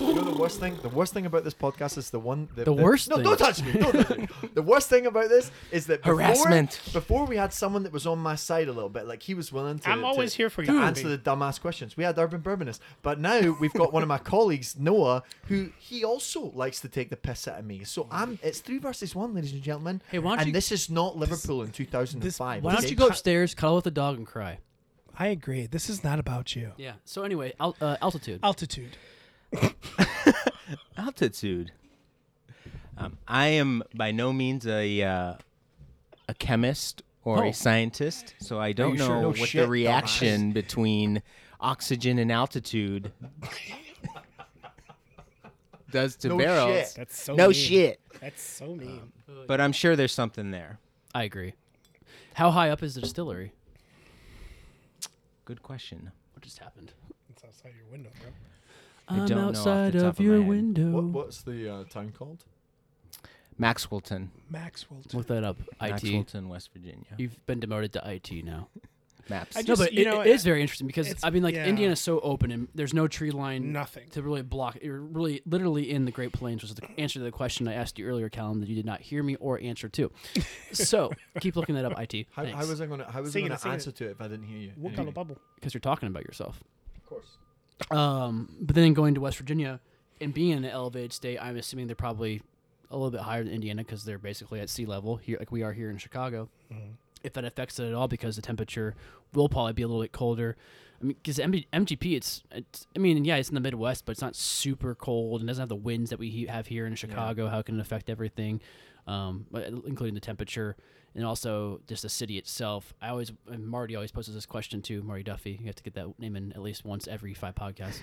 Speaker 3: You know the worst thing. The worst thing about this podcast is the one. The,
Speaker 1: worst
Speaker 3: No,
Speaker 1: thing.
Speaker 3: don't touch me. Don't touch me. The worst thing about this is that before-
Speaker 4: Harassment.
Speaker 3: Before we had someone that was on my side a little bit, like he was willing to.
Speaker 2: I'm always
Speaker 3: to-
Speaker 2: here for
Speaker 3: to
Speaker 2: you,
Speaker 3: answer the
Speaker 2: Bobby.
Speaker 3: dumbass questions. We had urban bourbonist, but now we've got one of my (laughs) colleagues, Noah, who he also likes to take the piss out of me. So I'm. It's three versus one, ladies and gentlemen.
Speaker 1: Hey, why don't
Speaker 3: and
Speaker 1: you-
Speaker 3: this is not Liverpool in 2005.
Speaker 1: Why don't
Speaker 3: okay?
Speaker 1: you go upstairs, cuddle with the dog, and cry?
Speaker 2: I agree. This is not about you.
Speaker 1: Yeah. So anyway, al- uh, altitude.
Speaker 2: Altitude.
Speaker 4: altitude. Um, I am by no means a uh, a chemist or
Speaker 1: Oh.
Speaker 4: a scientist, so I don't
Speaker 3: you
Speaker 4: know
Speaker 3: sure? No
Speaker 4: what
Speaker 3: shit,
Speaker 4: the reaction between oxygen
Speaker 3: (laughs)
Speaker 4: and altitude does to
Speaker 3: No
Speaker 4: barrels.
Speaker 3: shit. Oh,
Speaker 2: That's so
Speaker 4: no
Speaker 2: mean.
Speaker 4: shit.
Speaker 2: That's so mean.
Speaker 4: But I'm sure there's something there.
Speaker 1: I agree. How high up is the distillery?
Speaker 4: Good question.
Speaker 1: What just happened?
Speaker 2: it's outside your window, bro.
Speaker 4: I
Speaker 1: I'm
Speaker 4: don't know off the
Speaker 1: outside
Speaker 4: top
Speaker 1: of,
Speaker 4: of my
Speaker 1: your
Speaker 4: head.
Speaker 1: window.
Speaker 3: What, what's the uh, town called?
Speaker 4: Maxwellton,
Speaker 2: Maxwell.
Speaker 1: Look that up. IT.
Speaker 4: Maxwellton, West Virginia.
Speaker 1: You've been demoted to IT now.
Speaker 4: Maps.
Speaker 2: I just-
Speaker 1: No, but
Speaker 2: you
Speaker 1: it-
Speaker 2: know,
Speaker 1: it is very interesting because
Speaker 2: it's-
Speaker 1: I mean, like
Speaker 2: yeah.
Speaker 1: Indiana's so open and there's no tree line
Speaker 2: Nothing.
Speaker 1: to really block. You're really literally in the Great Plains, which is the answer to the question I asked you earlier, Callum, that you did not hear me or answer to. so keep looking that up, IT.
Speaker 3: How, how was I going to? How was I
Speaker 2: Sing it,
Speaker 3: going to
Speaker 2: sing it.
Speaker 3: answer to it if I didn't hear you?
Speaker 2: What kind
Speaker 3: Anyway.
Speaker 2: of bubble?
Speaker 1: because you're talking about yourself.
Speaker 3: Of course.
Speaker 1: Um, but then going to West Virginia and being in an elevated state, I'm assuming they're probably a little bit higher than Indiana because they're basically at sea level here, like we are here in Chicago.
Speaker 3: Mm-hmm.
Speaker 1: If that affects it at all, because the temperature will probably be a little bit colder. I mean, because MGP, it's, it's, I mean, yeah, it's in the Midwest, but it's not super cold and doesn't have the winds that we he- have here in Chicago. How it can affect everything, um, but- including the temperature and also just the city itself. I always, and Marty always poses this question to Marty Duffy. You have to get that name in at least once every five podcasts.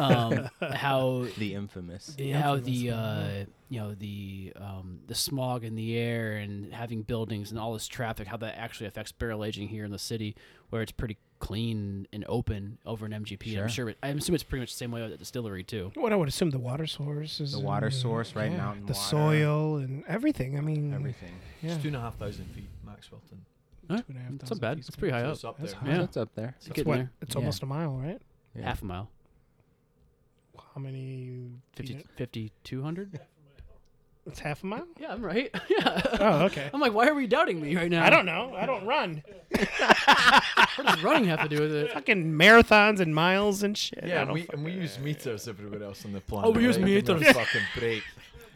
Speaker 1: um, how
Speaker 4: the infamous.
Speaker 1: yeah, how the uh, you know the um, the smog in the air and having buildings and all this traffic, how that actually affects barrel aging here in the city, where it's pretty clean and open over an MGP. I'm
Speaker 4: Sure.
Speaker 1: sure. It, I assume it's pretty much the same way at the distillery too.
Speaker 2: What I would assume the water source is
Speaker 4: The water
Speaker 2: uh,
Speaker 4: source, right?
Speaker 2: yeah,
Speaker 4: Mountain
Speaker 2: the
Speaker 4: water,
Speaker 2: soil and everything. I
Speaker 3: Mm.
Speaker 2: mean,
Speaker 4: Everything.
Speaker 2: Yeah.
Speaker 3: It's two and a half thousand feet, Maxwellton.
Speaker 1: Huh?
Speaker 2: and
Speaker 1: It's
Speaker 2: a half
Speaker 1: not
Speaker 2: thousand
Speaker 1: bad.
Speaker 2: feet.
Speaker 1: It's pretty high
Speaker 3: So
Speaker 1: up.
Speaker 3: it's up
Speaker 2: That's
Speaker 3: there.
Speaker 2: high. Yeah.
Speaker 4: That's up there.
Speaker 1: It's
Speaker 2: It's
Speaker 1: getting
Speaker 2: what?
Speaker 1: there.
Speaker 2: It's
Speaker 1: Yeah.
Speaker 2: almost a mile, right?
Speaker 4: Yeah.
Speaker 1: half a mile.
Speaker 2: How many?
Speaker 1: 50,
Speaker 2: feet?
Speaker 1: 5,200?
Speaker 2: It's half a mile.
Speaker 1: Yeah, I'm right. (laughs) yeah.
Speaker 2: Oh, okay.
Speaker 1: I'm like, why are we doubting me right now?
Speaker 2: I don't know. I don't run.
Speaker 1: What does running have to do with
Speaker 2: (laughs)
Speaker 1: it?
Speaker 2: Fucking marathons and miles and shit. I
Speaker 3: Yeah, and
Speaker 2: don't
Speaker 3: we,
Speaker 2: fuck-
Speaker 3: and we use meters everywhere else on the planet.
Speaker 1: we use
Speaker 3: right? Give me a
Speaker 1: meters.
Speaker 3: fucking (laughs) break.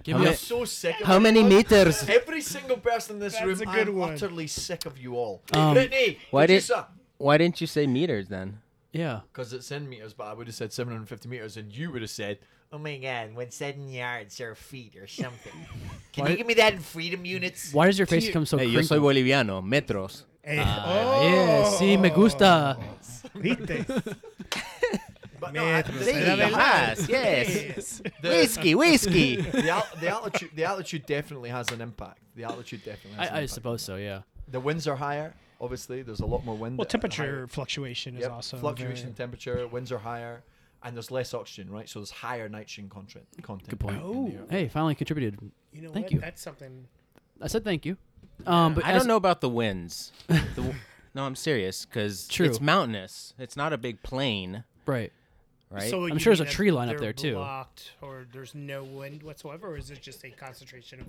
Speaker 1: Give
Speaker 4: How
Speaker 1: me
Speaker 3: I'm
Speaker 1: a,
Speaker 4: many-
Speaker 3: so sick of
Speaker 4: How many
Speaker 3: everyone.
Speaker 4: meters?
Speaker 3: Every single person in this
Speaker 2: That's
Speaker 3: room,
Speaker 2: a good
Speaker 3: I'm
Speaker 2: one.
Speaker 3: utterly sick of you all.
Speaker 1: Um,
Speaker 3: Brittany,
Speaker 4: why did-
Speaker 3: producer.
Speaker 4: Why didn't you say meters then?
Speaker 1: yeah.
Speaker 3: Because it's in meters, but I would have said 750 meters, and you would have said,
Speaker 5: Oh my god, when said in yards or feet or something. Can
Speaker 1: Why-
Speaker 5: you give me that in freedom units?
Speaker 1: Why does your face become so
Speaker 4: hey, yo
Speaker 1: crinkled?
Speaker 4: soy boliviano, metros.
Speaker 2: Hey,
Speaker 1: Ah, yeah, sí, me gusta.
Speaker 3: (laughs)
Speaker 2: oh, viste.
Speaker 3: but
Speaker 2: Myth.
Speaker 3: I-
Speaker 2: Say
Speaker 3: the-
Speaker 2: it.
Speaker 4: yes, yes. Whiskey, whiskey.
Speaker 3: the, al- the altitude the altitude definitely has an impact. The altitude definitely has an
Speaker 1: I, I
Speaker 3: impact.
Speaker 1: suppose so. Yeah.
Speaker 3: the winds are higher. Obviously, there's a lot more wind.
Speaker 2: Well,
Speaker 3: at
Speaker 2: temperature
Speaker 3: higher-
Speaker 2: fluctuation is
Speaker 3: yep,
Speaker 2: also a
Speaker 3: fluctuation in
Speaker 2: variant.
Speaker 3: temperature. Winds are higher, and there's less oxygen, right? So there's higher nitrogen content. content
Speaker 1: Good point.
Speaker 2: Oh.
Speaker 3: in the air.
Speaker 1: Hey, finally contributed.
Speaker 2: You know
Speaker 1: Thank
Speaker 2: what?
Speaker 1: you.
Speaker 2: That's something.
Speaker 1: I said thank you. Um, but
Speaker 4: I
Speaker 1: as-
Speaker 4: don't know about the winds. The
Speaker 1: (laughs)
Speaker 4: w- no, I'm serious because
Speaker 1: True.
Speaker 4: it's mountainous. It's not a big plain,
Speaker 1: Right.
Speaker 4: right?
Speaker 1: I'm sure there's a tree line up there, too.
Speaker 2: Blocked, or there's no wind whatsoever, or is it just a concentration of,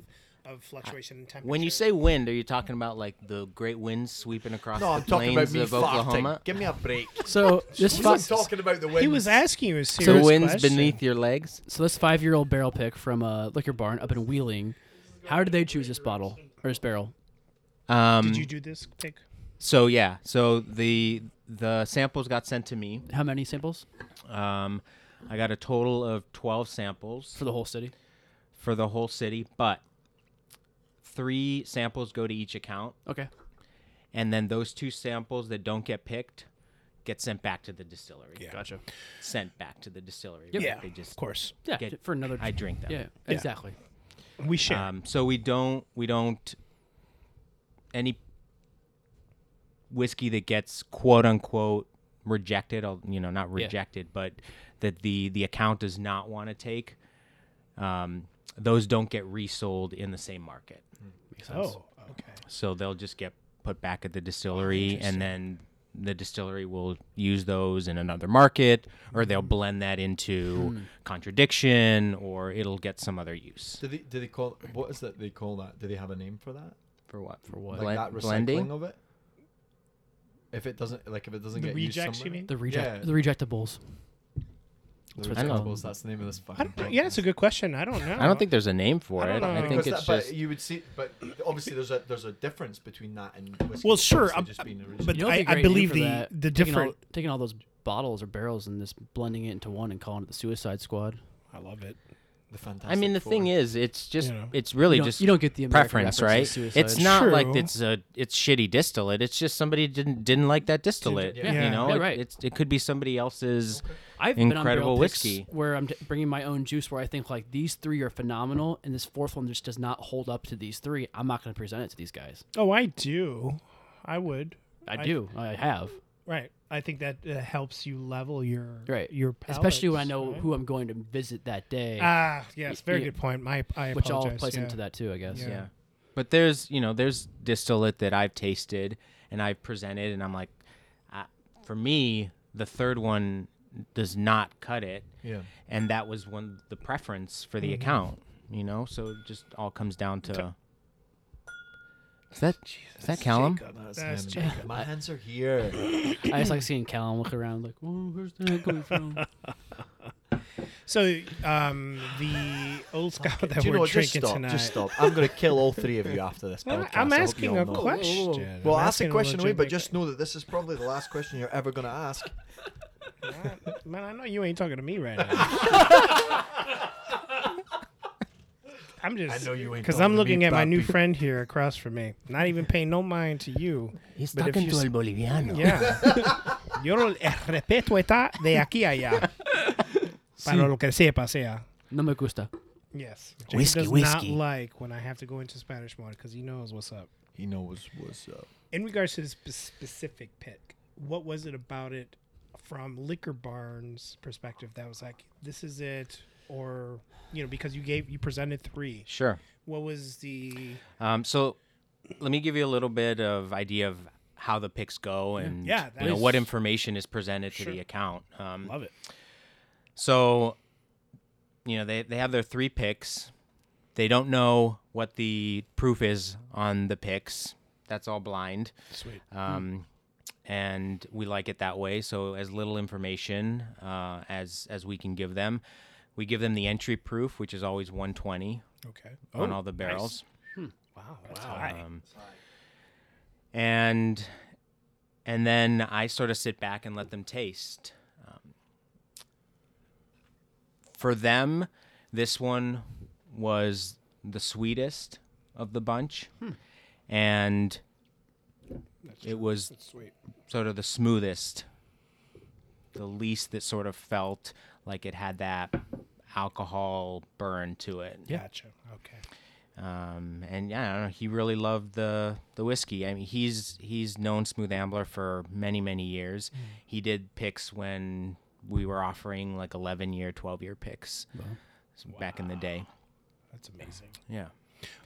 Speaker 2: of fluctuation in temperature?
Speaker 4: when you say wind, are you talking about like the great winds sweeping across
Speaker 3: No,
Speaker 4: the
Speaker 3: I'm talking about
Speaker 4: plains
Speaker 3: me
Speaker 4: of Oklahoma?
Speaker 3: farting. Give me
Speaker 2: (laughs)
Speaker 3: a break.
Speaker 4: (laughs)
Speaker 1: So this
Speaker 3: He's
Speaker 1: fi-
Speaker 3: talking about the wind.
Speaker 2: he was asking you a
Speaker 4: The
Speaker 2: serious
Speaker 4: winds
Speaker 2: question.
Speaker 4: beneath your legs.
Speaker 1: so this five year old barrel pick from a liquor barn up in Wheeling. How did they choose this bottle or this barrel?
Speaker 4: Um,
Speaker 2: Did you do this pick?
Speaker 4: So yeah, so the the samples got sent to me.
Speaker 1: How many samples
Speaker 4: Um, I got a total of twelve samples
Speaker 1: for the whole city?
Speaker 4: for the whole city, but three samples go to each account.
Speaker 1: Okay.
Speaker 4: and then those two samples that don't get picked get sent back to the distillery.
Speaker 1: Gotcha.
Speaker 4: Sent back to the distillery.
Speaker 1: Yep.
Speaker 4: right?
Speaker 2: Yeah,
Speaker 4: They just
Speaker 2: of course.
Speaker 1: Yeah.
Speaker 4: Get-
Speaker 1: for another.
Speaker 4: I drink them.
Speaker 1: yeah, Exactly.
Speaker 2: We share.
Speaker 4: Um, so we don't we don't any whiskey that gets quote unquote rejected, or, you know, not rejected, but that the the account does not want to take. Um, those don't get resold in the same market.
Speaker 1: Makes sense.
Speaker 2: oh, okay.
Speaker 4: So they'll just get put back at the distillery, and then the distillery will use those in another market, or they'll blend that into contradiction, or it'll get some other use.
Speaker 3: Do they, do they call what is that they call that? Do they have a name for that?
Speaker 4: For what? For
Speaker 1: what?
Speaker 3: Like that recycling
Speaker 4: blending?
Speaker 3: of it? If it doesn't like if it doesn't
Speaker 2: The
Speaker 3: get
Speaker 2: rejects,
Speaker 3: used
Speaker 2: you
Speaker 3: somewhere,
Speaker 2: mean?
Speaker 1: The reject
Speaker 3: Yeah.
Speaker 1: the rejectables.
Speaker 3: The
Speaker 1: what it's
Speaker 3: rejectables,
Speaker 1: called.
Speaker 3: that's the name of this
Speaker 2: I
Speaker 3: fucking
Speaker 2: don't know. Yeah, that's a good question. I don't know.
Speaker 4: I don't think there's a name for
Speaker 2: I
Speaker 4: it.
Speaker 2: don't know.
Speaker 4: I think
Speaker 3: Because that,
Speaker 4: it's
Speaker 3: but
Speaker 4: just
Speaker 3: you would see, but obviously there's a there's a difference between that and whiskey.
Speaker 2: Well, sure,
Speaker 3: obviously
Speaker 2: I'm-
Speaker 3: just being original.
Speaker 2: but
Speaker 1: You know what'd be a
Speaker 2: I- I
Speaker 1: great name
Speaker 2: believe
Speaker 1: for
Speaker 2: the-
Speaker 1: that?
Speaker 2: the
Speaker 1: taking all-
Speaker 2: different-
Speaker 1: taking all those bottles or barrels and just blending it into one and calling it the Suicide Squad.
Speaker 2: I love it.
Speaker 3: the fantastic
Speaker 4: I mean, the thing
Speaker 3: Four.
Speaker 4: is, it's just,
Speaker 2: You know.
Speaker 4: it's really
Speaker 1: You don't-
Speaker 4: just
Speaker 1: you don't get the American
Speaker 4: preference, right?
Speaker 1: reference to suicide.
Speaker 4: It's not like
Speaker 2: True.
Speaker 4: it's a it's shitty distillate. It's just somebody didn't didn't like that distillate.
Speaker 3: yeah.
Speaker 2: Yeah.
Speaker 4: You know,
Speaker 1: Yeah,
Speaker 4: It-
Speaker 1: right.
Speaker 4: It's it could be somebody else's.
Speaker 1: I've been on
Speaker 4: Incredible
Speaker 1: barrel picks
Speaker 4: whiskey.
Speaker 1: where I'm t- bringing my own juice where I think like these three are phenomenal and this fourth one just does not hold up to these three. I'm not going to present it to these guys.
Speaker 2: Oh, I do. I would.
Speaker 1: I, do. I have.
Speaker 2: Right. I think that uh, helps you level your
Speaker 1: Right.
Speaker 2: your
Speaker 1: Especially when I
Speaker 2: palates,
Speaker 1: know
Speaker 2: right?
Speaker 1: who I'm going to visit that day,
Speaker 2: Ah, yes, very
Speaker 1: Yeah.
Speaker 2: good point. My, I
Speaker 1: which all
Speaker 2: apologize.
Speaker 1: plays
Speaker 2: yeah.
Speaker 1: into that too, I guess.
Speaker 2: Yeah.
Speaker 4: Yeah. But there's, you know, there's distillate that I've tasted and I've presented, and I'm like, I, for me, the third one does not cut it.
Speaker 3: Yeah.
Speaker 4: And that was one the preference for the
Speaker 2: Mm-hmm.
Speaker 4: account, you know? So it just all comes down to. Is that, is that Callum?
Speaker 3: That's
Speaker 2: That's
Speaker 3: him. My hands
Speaker 2: (coughs)
Speaker 3: are here.
Speaker 1: I just
Speaker 2: (laughs)
Speaker 1: like seeing Callum look around like, "Whoa, where's that coming from?"
Speaker 2: So, um, the old scout that
Speaker 3: Do you
Speaker 2: we're
Speaker 3: know what? Just
Speaker 2: drinking
Speaker 3: stop.
Speaker 2: tonight.
Speaker 3: Just stop. I'm going to kill all three of you after
Speaker 2: (laughs)
Speaker 3: this
Speaker 2: Well,
Speaker 3: podcast.
Speaker 2: I'm
Speaker 3: I hope you
Speaker 2: asking
Speaker 3: all
Speaker 2: a
Speaker 3: know.
Speaker 2: question.
Speaker 3: Well,
Speaker 2: I'm
Speaker 3: ask the
Speaker 2: asking
Speaker 3: question away, but
Speaker 2: legitimate-
Speaker 3: just know that this is probably the last question you're ever going to ask.
Speaker 2: man, I know you ain't talking to me
Speaker 3: (laughs)
Speaker 2: right now. I'm just
Speaker 3: I know you ain't
Speaker 2: because
Speaker 3: talking
Speaker 2: I'm
Speaker 3: to
Speaker 2: looking
Speaker 3: me,
Speaker 2: at my new
Speaker 3: papi.
Speaker 2: friend here across from me. Not even paying no mind to you.
Speaker 4: He's
Speaker 2: But if talking you to s-
Speaker 4: El Boliviano.
Speaker 2: Yeah. (laughs) Yo lo- eh, respeto está de aquí a allá. Para lo que sepa sea.
Speaker 1: no me gusta.
Speaker 2: Yes.
Speaker 4: Whiskey,
Speaker 2: does
Speaker 4: whiskey.
Speaker 2: not like when I have to go into Spanish mode because he knows what's up.
Speaker 3: He knows uh, what's up.
Speaker 2: In regards to this spe- specific pick, what was it about it from Liquor Barn's perspective that was like, this is it? Or, you know, because you gave, you presented three.
Speaker 4: Sure.
Speaker 2: What was the.
Speaker 4: Um, so let me give you a little bit of idea of how the picks go and
Speaker 2: Yeah,
Speaker 4: you know,
Speaker 2: please.
Speaker 4: what information is presented to the
Speaker 2: Sure.
Speaker 4: account. Um,
Speaker 2: Love it.
Speaker 4: So, you know, they, they have their three picks. They don't know what the proof is on the picks. That's all blind.
Speaker 2: Sweet.
Speaker 4: Um, And we like it that way. So as little information uh, as as we can give them, we give them the entry proof, which is always 120
Speaker 2: Okay. Oh,
Speaker 4: on all the barrels.
Speaker 2: Wow. Wow.
Speaker 4: Um, and and then I sort of sit back and let them taste. Um, for them, this one was the sweetest of the bunch, and it was
Speaker 2: Sweet.
Speaker 4: sort of the smoothest the least that sort of felt like it had that alcohol burn to it.
Speaker 2: Gotcha. Okay.
Speaker 4: Um, and yeah, I don't know, he really loved the the whiskey. I mean, he's he's known Smooth Ambler for many many years. He did picks when we were offering like eleven year, twelve year picks back in the day.
Speaker 2: That's amazing.
Speaker 4: Yeah,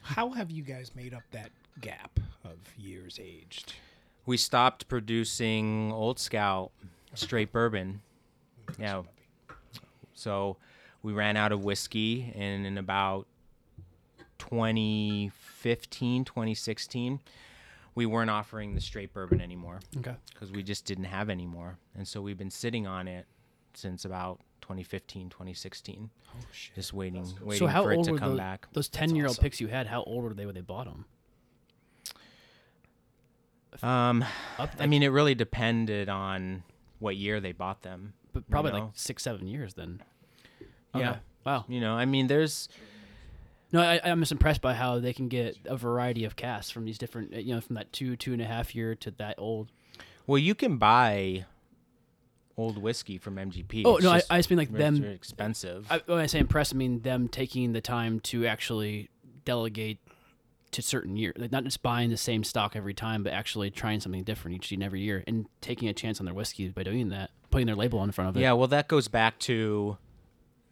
Speaker 2: How have you guys made up that gap of years aged?
Speaker 4: we stopped producing Old Scout straight bourbon. Yeah, so we ran out of whiskey, and in about 2015, 2016, we weren't offering the straight bourbon anymore.
Speaker 1: Okay.
Speaker 4: because we just didn't have any more. And so we've been sitting on it since about 2015, 2016. Oh, shit. Just waiting, waiting
Speaker 1: So how
Speaker 4: for it
Speaker 1: old
Speaker 4: to
Speaker 1: were
Speaker 4: come
Speaker 1: those,
Speaker 4: back.
Speaker 1: those ten-year-old picks you had? How old were they when they bought them?
Speaker 4: Um,
Speaker 1: Up,
Speaker 4: I mean, it really depended on what year they bought them.
Speaker 1: but probably
Speaker 4: you
Speaker 1: like
Speaker 4: know.
Speaker 1: six, seven years then.
Speaker 4: Yeah.
Speaker 1: Wow.
Speaker 4: You know, I mean, there's
Speaker 1: No, I, I'm just impressed by how they can get a variety of casts from these different, you know, from that two, two and a half year to that old.
Speaker 4: well, you can buy old whiskey from MGP.
Speaker 1: Oh,
Speaker 4: It's
Speaker 1: no, I-
Speaker 4: just
Speaker 1: I just mean, like,
Speaker 4: very-
Speaker 1: them-
Speaker 4: very expensive.
Speaker 1: I, when I say impressed, I mean them taking the time to actually delegate to certain year, like not just buying the same stock every time, but actually trying something different each and every year and taking a chance on their whiskey by doing that, putting their label on in front of it.
Speaker 4: Yeah, well, that goes back to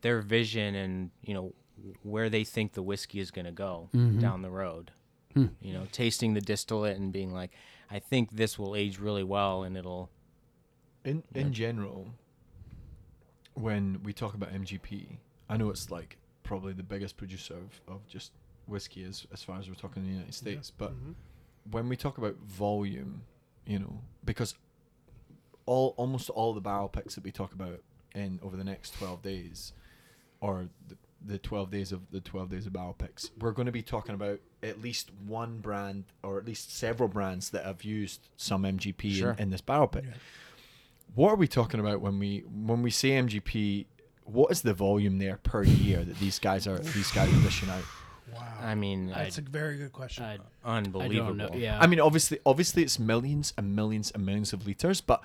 Speaker 4: their vision and you know where they think the whiskey is going to go down the road. You know, tasting the distillate and being like, I think this will age really well, and it'll.
Speaker 3: In in general, when we talk about MGP, I know it's like probably the biggest producer of, of just whiskey as as far as we're talking in the United States. But when we talk about volume, you know, because all almost all the barrel picks that we talk about in over the next twelve days, or the, the twelve days of the twelve days of barrel picks, we're going to be talking about at least one brand or at least several brands that have used some MGP
Speaker 4: Sure.
Speaker 3: in, in this barrel pick what are we talking about when we when we say MGP? What is the volume there per year that these guys are these guys are dishing out?
Speaker 2: Wow.
Speaker 4: I mean,
Speaker 2: That's a very good question.
Speaker 1: I, I
Speaker 4: unbelievable.
Speaker 1: don't know. Yeah.
Speaker 3: I mean, obviously, obviously, it's millions and millions and millions of liters. But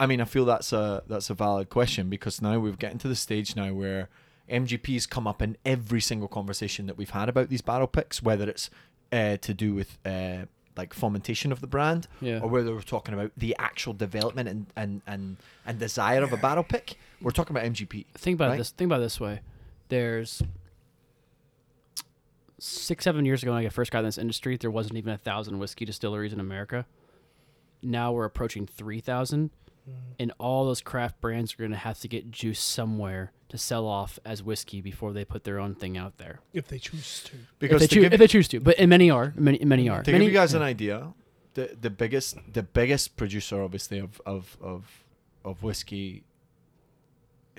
Speaker 3: I mean, I feel that's a that's a valid question because now we've getting to the stage now where MGPs come up in every single conversation that we've had about these barrel picks, whether it's uh, to do with uh, like fermentation of the brand,
Speaker 1: Yeah.
Speaker 3: or whether we're talking about the actual development and and and, and desire of a barrel pick. We're talking about MGP.
Speaker 1: think about
Speaker 3: right?
Speaker 1: this. Think about it this way. There's six, seven years ago when I first got in this industry, there wasn't even a thousand whiskey distilleries in America. Now we're approaching three thousand,
Speaker 3: Mm.
Speaker 1: and all those craft brands are going to have to get juice somewhere to sell off as whiskey before they put their own thing out there.
Speaker 2: if they choose to.
Speaker 1: If
Speaker 3: Because
Speaker 1: they,
Speaker 3: to
Speaker 1: choo-
Speaker 3: give-
Speaker 1: if they choose to, but and many are, many, many are.
Speaker 3: to
Speaker 1: Many-
Speaker 3: give you
Speaker 1: (laughs)
Speaker 3: guys an idea, the the biggest the biggest producer obviously of of of, of whiskey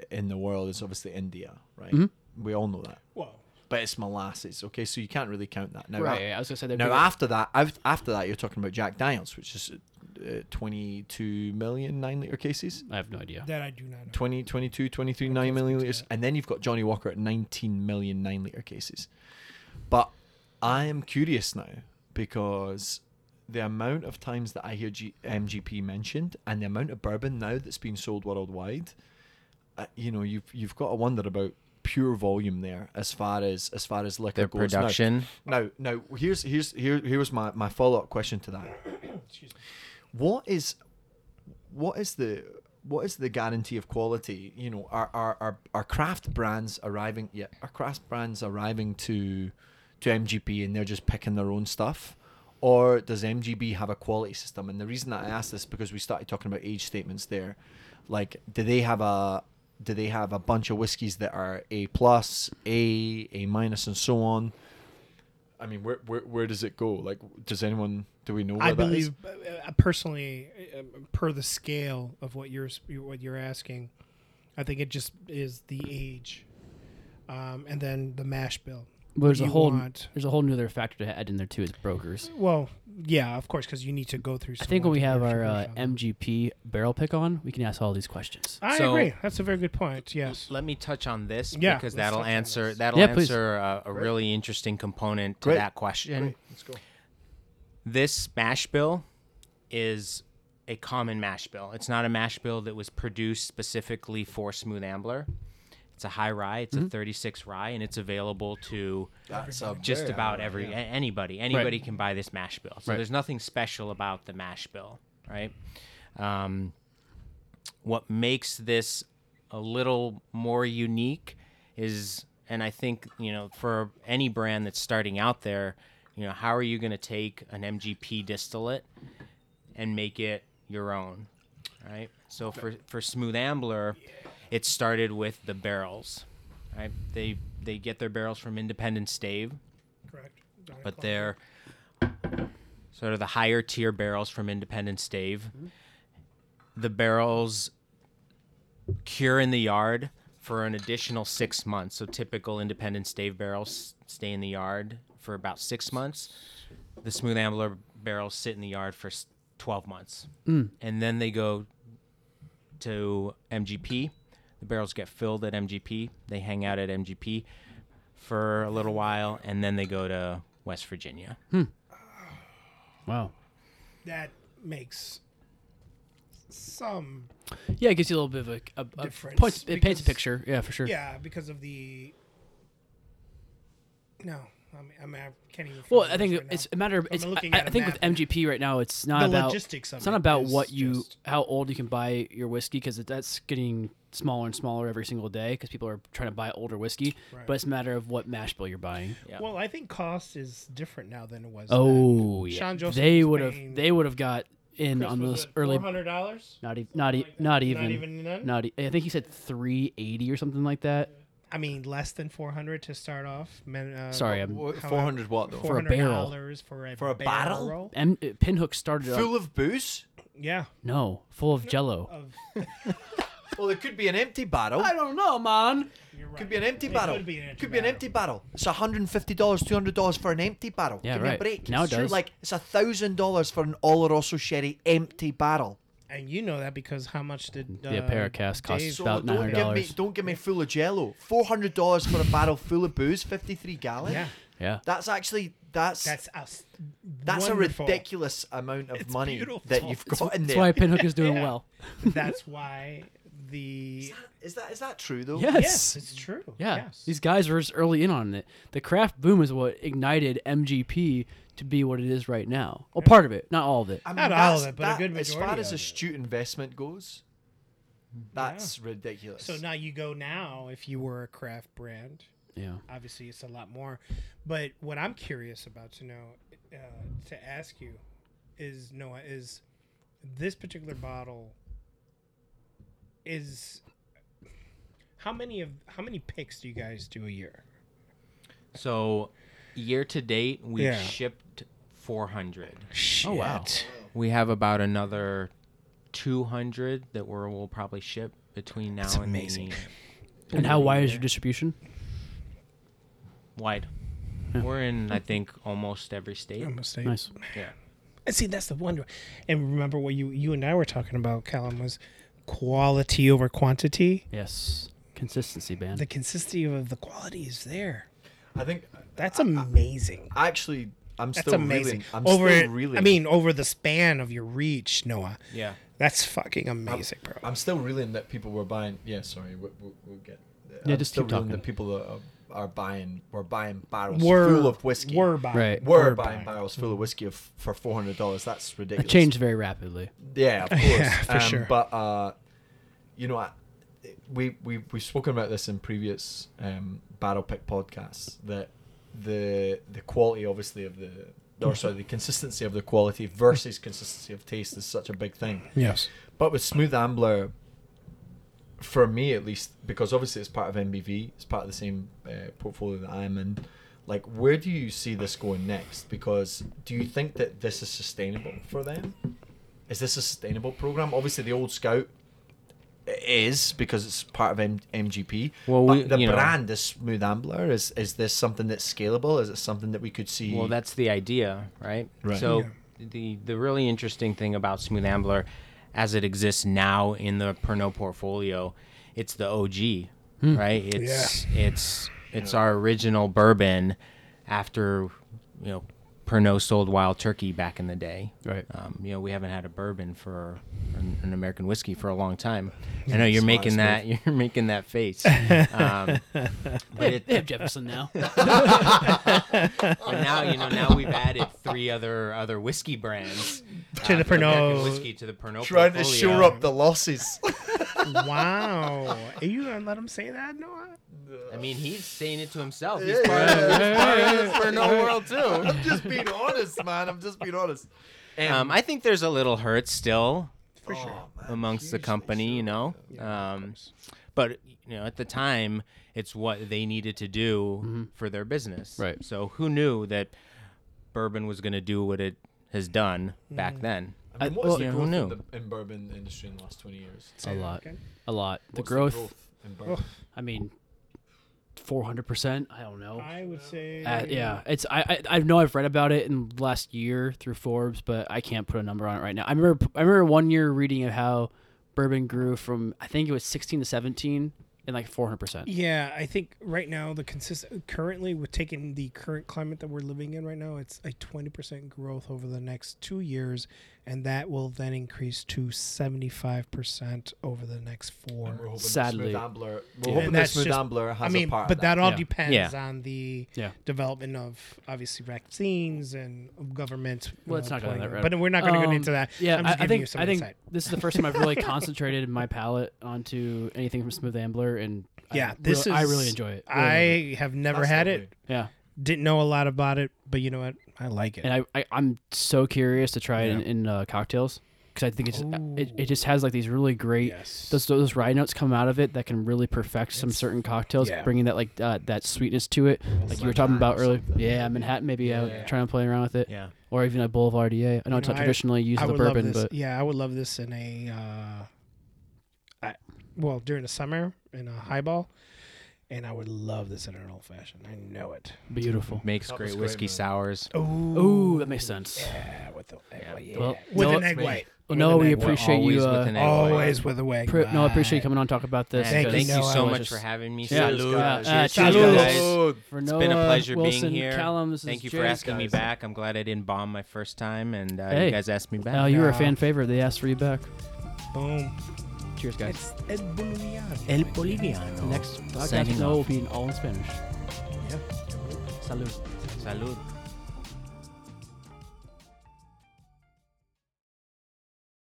Speaker 3: in the world is obviously India, right?
Speaker 1: Mm-hmm.
Speaker 3: We all know that.
Speaker 2: Well,
Speaker 3: But it's molasses, okay? So you can't really count that. Now,
Speaker 1: Right,
Speaker 3: af-
Speaker 1: yeah, I was gonna say they're
Speaker 3: now
Speaker 1: bigger-
Speaker 3: after that, af- after that, you're talking about Jack Daniels, which is uh, 22 million nine liter cases.
Speaker 1: I have no idea.
Speaker 2: that I do not know.
Speaker 3: 20, 22, 23, 9 million litres. And then you've got Johnny Walker at 19 million 9 litre cases. But I am curious now because the amount of times that I hear G- MGP mentioned and the amount of bourbon now that's being sold worldwide, uh, you know, you've, you've got to wonder about pure volume there as far as as far as liquor
Speaker 4: Their
Speaker 3: goes now.
Speaker 4: production.
Speaker 3: Now, now here's here's here here was my my follow up question to that. What is what is the what is the guarantee of quality? You know, are are are, are craft brands arriving? Yeah, are craft brands arriving to to MGP and they're just picking their own stuff? Or does MGB have a quality system? And the reason that I asked this is because we started talking about age statements there. Like, do they have a do they have a bunch of whiskies that are A plus, A, A minus, and so on? I mean, where, where where does it go? Like, does anyone do we know? Where
Speaker 2: I
Speaker 3: that is?
Speaker 2: believe uh, uh, personally, uh, per the scale of what you're s- what you're asking, I think it just is the age, um, and then the mash bill.
Speaker 1: Well, there's a
Speaker 2: You
Speaker 1: whole
Speaker 2: want-
Speaker 1: there's a whole new other factor to add in there too is brokers.
Speaker 2: Well, yeah, of course, because you need to go through.
Speaker 1: I think when we have our uh, MGP barrel pick on, we can ask all these questions.
Speaker 2: I
Speaker 4: So-
Speaker 2: agree. That's a very good point. Yes.
Speaker 4: Let me touch on this
Speaker 2: Yeah,
Speaker 4: because
Speaker 2: let's
Speaker 4: that'll
Speaker 2: touch on
Speaker 4: answer
Speaker 2: this.
Speaker 4: that'll
Speaker 1: Yeah, please.
Speaker 4: answer a, a really interesting component to
Speaker 3: Great.
Speaker 4: that question.
Speaker 3: Let's go.
Speaker 4: This mash bill is a common mash bill. It's not a mash bill that was produced specifically for Smooth Ambler. It's a high rye. It's a 36 rye, and it's just available to
Speaker 3: Mm-hmm. That's a
Speaker 4: just
Speaker 3: very
Speaker 4: about
Speaker 3: high
Speaker 4: every a- anybody anybody can buy this mash bill so
Speaker 1: Right.
Speaker 4: there's nothing special about the mash bill right um, what makes this a little more unique is and i think you know for any brand that's starting out there you know how are you going to take an mgp distillate and make it your own right so for for smooth ambler it started with the barrels right they they get their barrels from independent stave
Speaker 2: Correct. Nine
Speaker 4: but
Speaker 2: o'clock.
Speaker 4: they're sort of the higher tier barrels from Independent Stave. The barrels cure in the yard for an additional six months. So typical Independent Stave barrels stay in the yard for about six months. The Smooth Ambler barrels sit in the yard for s- 12 months. And then they go to MGP. The barrels get filled at MGP. They hang out at MGP for a little while, and then they go to West Virginia.
Speaker 1: Wow.
Speaker 2: that makes some
Speaker 1: Yeah, it gives you a little bit of a, a, a
Speaker 2: Difference,
Speaker 1: points, it paints a
Speaker 2: because-
Speaker 1: picture. Yeah, for sure.
Speaker 2: yeah because of the no I mean, I, mean, I can't even
Speaker 1: Well,
Speaker 2: find
Speaker 1: I think
Speaker 2: words right
Speaker 1: it's a
Speaker 2: now.
Speaker 1: matter of
Speaker 2: I'm
Speaker 1: it's. I,
Speaker 2: looking
Speaker 1: I
Speaker 2: at a
Speaker 1: think with
Speaker 2: map.
Speaker 1: MGP right now, it's not
Speaker 2: The
Speaker 1: about
Speaker 2: logistics of
Speaker 1: it's not
Speaker 2: it
Speaker 1: about
Speaker 2: is
Speaker 1: what you
Speaker 2: just-
Speaker 1: how old you can buy your whiskey because that's getting smaller and smaller every single day because people are trying to buy older whiskey.
Speaker 2: Right.
Speaker 1: But it's a matter of what mash bill you're buying.
Speaker 4: Yeah.
Speaker 2: well I think cost is different now than it was then.
Speaker 1: Oh yeah,
Speaker 2: Sean Joseph
Speaker 1: they
Speaker 2: was
Speaker 1: would have
Speaker 2: paying-
Speaker 1: they would have got in on those early.
Speaker 2: hundred dollars
Speaker 1: Not even not, e- not even
Speaker 2: even none?
Speaker 1: not e- I think he said three eighty or something like that
Speaker 2: I mean less than four hundred to start off men, uh,
Speaker 1: Sorry, I'm-
Speaker 3: Four hundred what though?
Speaker 1: For a barrel.
Speaker 2: $400 for a,
Speaker 3: For a barrel?
Speaker 2: barrel
Speaker 1: M- uh, Pinhook started up,
Speaker 3: Full of booze?
Speaker 2: yeah
Speaker 1: no full of Jello.
Speaker 2: of,
Speaker 3: Well, it could be an empty barrel.
Speaker 1: don't know, man.
Speaker 2: you're right.
Speaker 3: Could be an empty
Speaker 2: It
Speaker 3: barrel.
Speaker 2: could be an empty
Speaker 3: Could be an
Speaker 2: barrel.
Speaker 3: empty barrel. It's hundred and fifty dollars, two hundred dollars for an empty barrel.
Speaker 1: Yeah,
Speaker 3: Give Me
Speaker 1: right.
Speaker 3: a break.
Speaker 1: Now
Speaker 3: it's
Speaker 1: it
Speaker 3: true,
Speaker 1: does.
Speaker 3: Like it's a thousand dollars for an Oloroso sherry empty barrel.
Speaker 2: and you know that because how much did uh,
Speaker 1: The Apericast costs
Speaker 2: Dave-
Speaker 1: It's about
Speaker 3: don't give me
Speaker 1: $900.
Speaker 3: don't give me full of Jello. Four hundred dollars for a barrel full of booze, fifty three gallon.
Speaker 2: yeah
Speaker 1: Yeah,
Speaker 3: That's actually that's that's,
Speaker 2: that's us
Speaker 3: a ridiculous amount of
Speaker 2: It's
Speaker 3: money that
Speaker 2: beautiful.
Speaker 3: you've got in
Speaker 1: that's
Speaker 3: there.
Speaker 1: why Pinhook is doing
Speaker 2: Yeah.
Speaker 1: well.
Speaker 2: that's why the
Speaker 3: Is that is that true though?
Speaker 1: Yes.
Speaker 2: yes it's true
Speaker 1: Yeah,
Speaker 2: yes.
Speaker 1: these guys were just early in on it. The craft boom is what ignited MGP to be what it is right now. Well, part of it, not all of it.
Speaker 3: I mean,
Speaker 2: Not all
Speaker 3: that's-
Speaker 2: of it, but a
Speaker 3: that-
Speaker 2: good
Speaker 3: As far
Speaker 2: majority
Speaker 3: as
Speaker 2: of it.
Speaker 3: astute investment goes, that's ridiculous.
Speaker 2: so now you go now if you were a craft brand
Speaker 1: Yeah,
Speaker 2: obviously it's a lot more but what i'm curious about to know uh, to ask you is noah is this particular bottle is how many of how many picks do you guys do a year
Speaker 4: So, year to date, we've
Speaker 2: Yeah.
Speaker 4: shipped 400.
Speaker 2: oh wow
Speaker 4: We have about another 200 that we're, we'll probably ship between now and
Speaker 2: amazing.
Speaker 4: the-
Speaker 1: and how wide is your distribution?
Speaker 4: wide? We're in, I think, almost every state.
Speaker 1: Nice.
Speaker 4: Yeah.
Speaker 2: And see, that's the wonder. And remember what you you and I were talking about, Callum, was quality over quantity.
Speaker 1: Yes, consistency, man.
Speaker 2: The consistency of the quality is there.
Speaker 3: I think
Speaker 2: That's amazing.
Speaker 3: actually I'm
Speaker 2: That's
Speaker 3: still
Speaker 2: amazing.
Speaker 3: reeling. I'm
Speaker 2: over,
Speaker 3: still reeling.
Speaker 2: I mean, over the span of your reach, Noah.
Speaker 4: Yeah.
Speaker 2: That's fucking amazing, bro.
Speaker 3: I'm still reeling that people were buying. Yeah, sorry, we'll, we'll, we'll get.
Speaker 1: Yeah,
Speaker 3: I'm
Speaker 1: just
Speaker 3: still
Speaker 1: keep
Speaker 3: reeling
Speaker 1: talking.
Speaker 3: That people that are, are buying. We're buying barrels
Speaker 2: We're
Speaker 3: full of whiskey.
Speaker 2: We're buying. Mm-hmm.
Speaker 1: Right.
Speaker 3: Were
Speaker 2: We're
Speaker 3: buying barrels full of whiskey of, for four hundred dollars. That's ridiculous.
Speaker 1: It changed very rapidly.
Speaker 3: Yeah, of course.
Speaker 2: (laughs) Yeah, for
Speaker 3: um,
Speaker 2: sure.
Speaker 3: But uh, you know, I, we we we've spoken about this in previous um, barrel pick podcasts that the the quality, obviously, of the or sorry, the consistency of the quality versus consistency of taste is such a big thing.
Speaker 2: (laughs) Yes.
Speaker 3: But with Smooth Ambler, for me at least, because obviously it's part of MBV, it's part of the same uh, portfolio that I'm in. Like, where do you see this going next? Because do you think that this is sustainable for them? Is this a sustainable program? Obviously, the old Scout is because it's part of M- MGP.
Speaker 4: Well,
Speaker 3: but
Speaker 4: we-
Speaker 3: the
Speaker 4: you know-
Speaker 3: brand is Smooth Ambler. Is is this something that's scalable? Is it something that we could see?
Speaker 4: Well, that's the idea, right?
Speaker 3: Right.
Speaker 4: So the the really interesting thing about Smooth Ambler, as it exists now in the Pernod portfolio, it's the OG, right? It's it's it's our original bourbon after you know Pernod sold wild turkey back in the day.
Speaker 1: Right.
Speaker 4: Um, you know, we haven't had a bourbon for an, an American whiskey for a long time. I know you're making that. (laughs) You're making that face.
Speaker 3: (laughs)
Speaker 4: Um,
Speaker 1: They
Speaker 4: but
Speaker 1: have,
Speaker 4: it,
Speaker 1: they have Jefferson now.
Speaker 4: (laughs) but now you know. Now we've added three other other whiskey brands
Speaker 2: To the
Speaker 4: for American
Speaker 2: Pernod.
Speaker 4: whiskey to the Pernod.
Speaker 3: Trying to
Speaker 4: portfolio.
Speaker 3: shore up the (laughs) losses.
Speaker 2: wow. Are you gonna let him say that, Noah?
Speaker 4: I mean, he's saying it to himself. He's part of, he's part of this Pernod world too.
Speaker 3: (laughs) I'm just being honest, man. I'm just being honest.
Speaker 4: Um, I think there's a little hurt still
Speaker 2: For sure.
Speaker 4: amongst the company, you know. Um, but you know, at the time, it's what they needed to do for their business.
Speaker 1: Right.
Speaker 4: So who knew that bourbon was going to do what it has done back then?
Speaker 3: I
Speaker 1: I-
Speaker 3: mean, what's
Speaker 1: well,
Speaker 3: the
Speaker 4: yeah, who
Speaker 3: growth in,
Speaker 4: knew?
Speaker 3: the, in bourbon industry in the last 20 years?
Speaker 1: a lot,
Speaker 2: Okay.
Speaker 1: a lot. The
Speaker 3: What's
Speaker 1: growth,
Speaker 3: the growth in
Speaker 2: Oh,
Speaker 3: bourbon?
Speaker 1: I mean, four hundred percent. I don't know.
Speaker 2: I would say.
Speaker 1: Uh, yeah, it's I, I I know I've read about it in the last year through Forbes, but I can't put a number on it right now. I remember I remember one year reading of how bourbon grew from I think it was sixteen to seventeen and like four hundred percent.
Speaker 2: Yeah, I think right now the consistent currently with taking the current climate that we're living in right now, it's a twenty percent growth over the next two years, and that will then increase to seventy five percent over the next
Speaker 3: And we're
Speaker 2: four.
Speaker 3: hoping
Speaker 1: Sadly.
Speaker 3: the smooth ambler, we're
Speaker 1: Yeah.
Speaker 3: hoping
Speaker 2: And
Speaker 3: the
Speaker 2: that's
Speaker 3: smooth
Speaker 2: just-
Speaker 3: ambler
Speaker 2: I
Speaker 3: has
Speaker 2: mean,
Speaker 3: a part.
Speaker 2: but
Speaker 3: in
Speaker 2: that all
Speaker 1: Yeah.
Speaker 2: depends
Speaker 4: Yeah.
Speaker 2: on the
Speaker 1: Yeah.
Speaker 2: development of obviously vaccines and government. you
Speaker 1: Well, it's
Speaker 2: know,
Speaker 1: not going
Speaker 2: playing
Speaker 1: that
Speaker 2: it.
Speaker 1: route.
Speaker 2: But we're not going to
Speaker 1: Um,
Speaker 2: get into that.
Speaker 1: Yeah,
Speaker 2: I'm
Speaker 1: I,
Speaker 2: just
Speaker 1: I
Speaker 2: giving you
Speaker 1: think
Speaker 2: some
Speaker 1: I think
Speaker 2: insight.
Speaker 1: this is the first time I've
Speaker 2: (laughs)
Speaker 1: really concentrated my palate onto anything from Smooth Ambler, and I
Speaker 2: Yeah, this
Speaker 1: really- I really
Speaker 2: is-
Speaker 1: enjoy it. Really love it.
Speaker 2: I have never
Speaker 3: That's
Speaker 2: had
Speaker 3: lovely.
Speaker 2: it.
Speaker 1: yeah,
Speaker 2: Didn't know a lot about it, but you know what? I like it.
Speaker 1: and I, I I'm so curious to try it in, in uh, cocktails because I think it's it, it just has like these really great
Speaker 2: Yes.
Speaker 1: those those rye notes come out of it that can really perfect some certain cocktails,
Speaker 2: yeah.
Speaker 1: bringing that like uh, that sweetness to it, like you were talking about earlier. Yeah, Manhattan maybe uh, trying to play around with it,
Speaker 4: Yeah.
Speaker 1: or even a Boulevard EA. I know it's
Speaker 2: know,
Speaker 1: not
Speaker 2: I-
Speaker 1: traditionally used
Speaker 2: I
Speaker 1: with
Speaker 2: would
Speaker 1: the
Speaker 2: love
Speaker 1: bourbon,
Speaker 2: this.
Speaker 1: but
Speaker 2: yeah, I would love this in a, uh, I, well, during the summer in a highball, and I would love this in an old fashioned. I know it.
Speaker 1: beautiful.
Speaker 4: Makes
Speaker 3: That
Speaker 4: great
Speaker 3: was great,
Speaker 4: whiskey
Speaker 3: man.
Speaker 4: sours.
Speaker 1: Ooh, that makes sense.
Speaker 2: Yeah, with the egg white. Yeah.
Speaker 1: Well,
Speaker 2: with
Speaker 1: no,
Speaker 2: an egg
Speaker 3: me.
Speaker 2: white.
Speaker 1: Well,
Speaker 2: With
Speaker 1: no,
Speaker 2: an
Speaker 1: we
Speaker 2: egg white.
Speaker 1: appreciate
Speaker 4: Always
Speaker 1: you.
Speaker 4: with
Speaker 1: Uh,
Speaker 4: an egg white.
Speaker 2: Always with a egg.
Speaker 1: pre- no, I appreciate you
Speaker 2: white.
Speaker 1: coming on and talk about this.
Speaker 4: And
Speaker 2: Thank you,
Speaker 4: thank you
Speaker 2: Noah.
Speaker 4: so
Speaker 2: I
Speaker 4: much
Speaker 1: just-
Speaker 4: for having me.
Speaker 1: Yeah,
Speaker 4: Salud,
Speaker 1: Salud,
Speaker 4: guys.
Speaker 1: uh,
Speaker 4: Cheers,
Speaker 1: cheers,
Speaker 4: guys.
Speaker 1: For
Speaker 4: It's been a
Speaker 1: Noah
Speaker 4: pleasure
Speaker 1: Wilson,
Speaker 4: being here.
Speaker 1: Callum, this is
Speaker 4: Thank you for
Speaker 1: James,
Speaker 4: asking me
Speaker 3: guys.
Speaker 4: back. I'm glad I didn't bomb my first time, and uh,
Speaker 1: Hey.
Speaker 4: you guys asked me back.
Speaker 1: Uh, you were a
Speaker 2: No.
Speaker 1: fan favorite. They asked for you back.
Speaker 2: Boom.
Speaker 1: Cheers, guys.
Speaker 2: It's El Boliviano.
Speaker 4: El Boliviano.
Speaker 1: Next podcast
Speaker 4: Signing
Speaker 1: no,
Speaker 4: off.
Speaker 1: will be in all in Spanish.
Speaker 2: Yeah.
Speaker 1: Salud.
Speaker 4: Salud.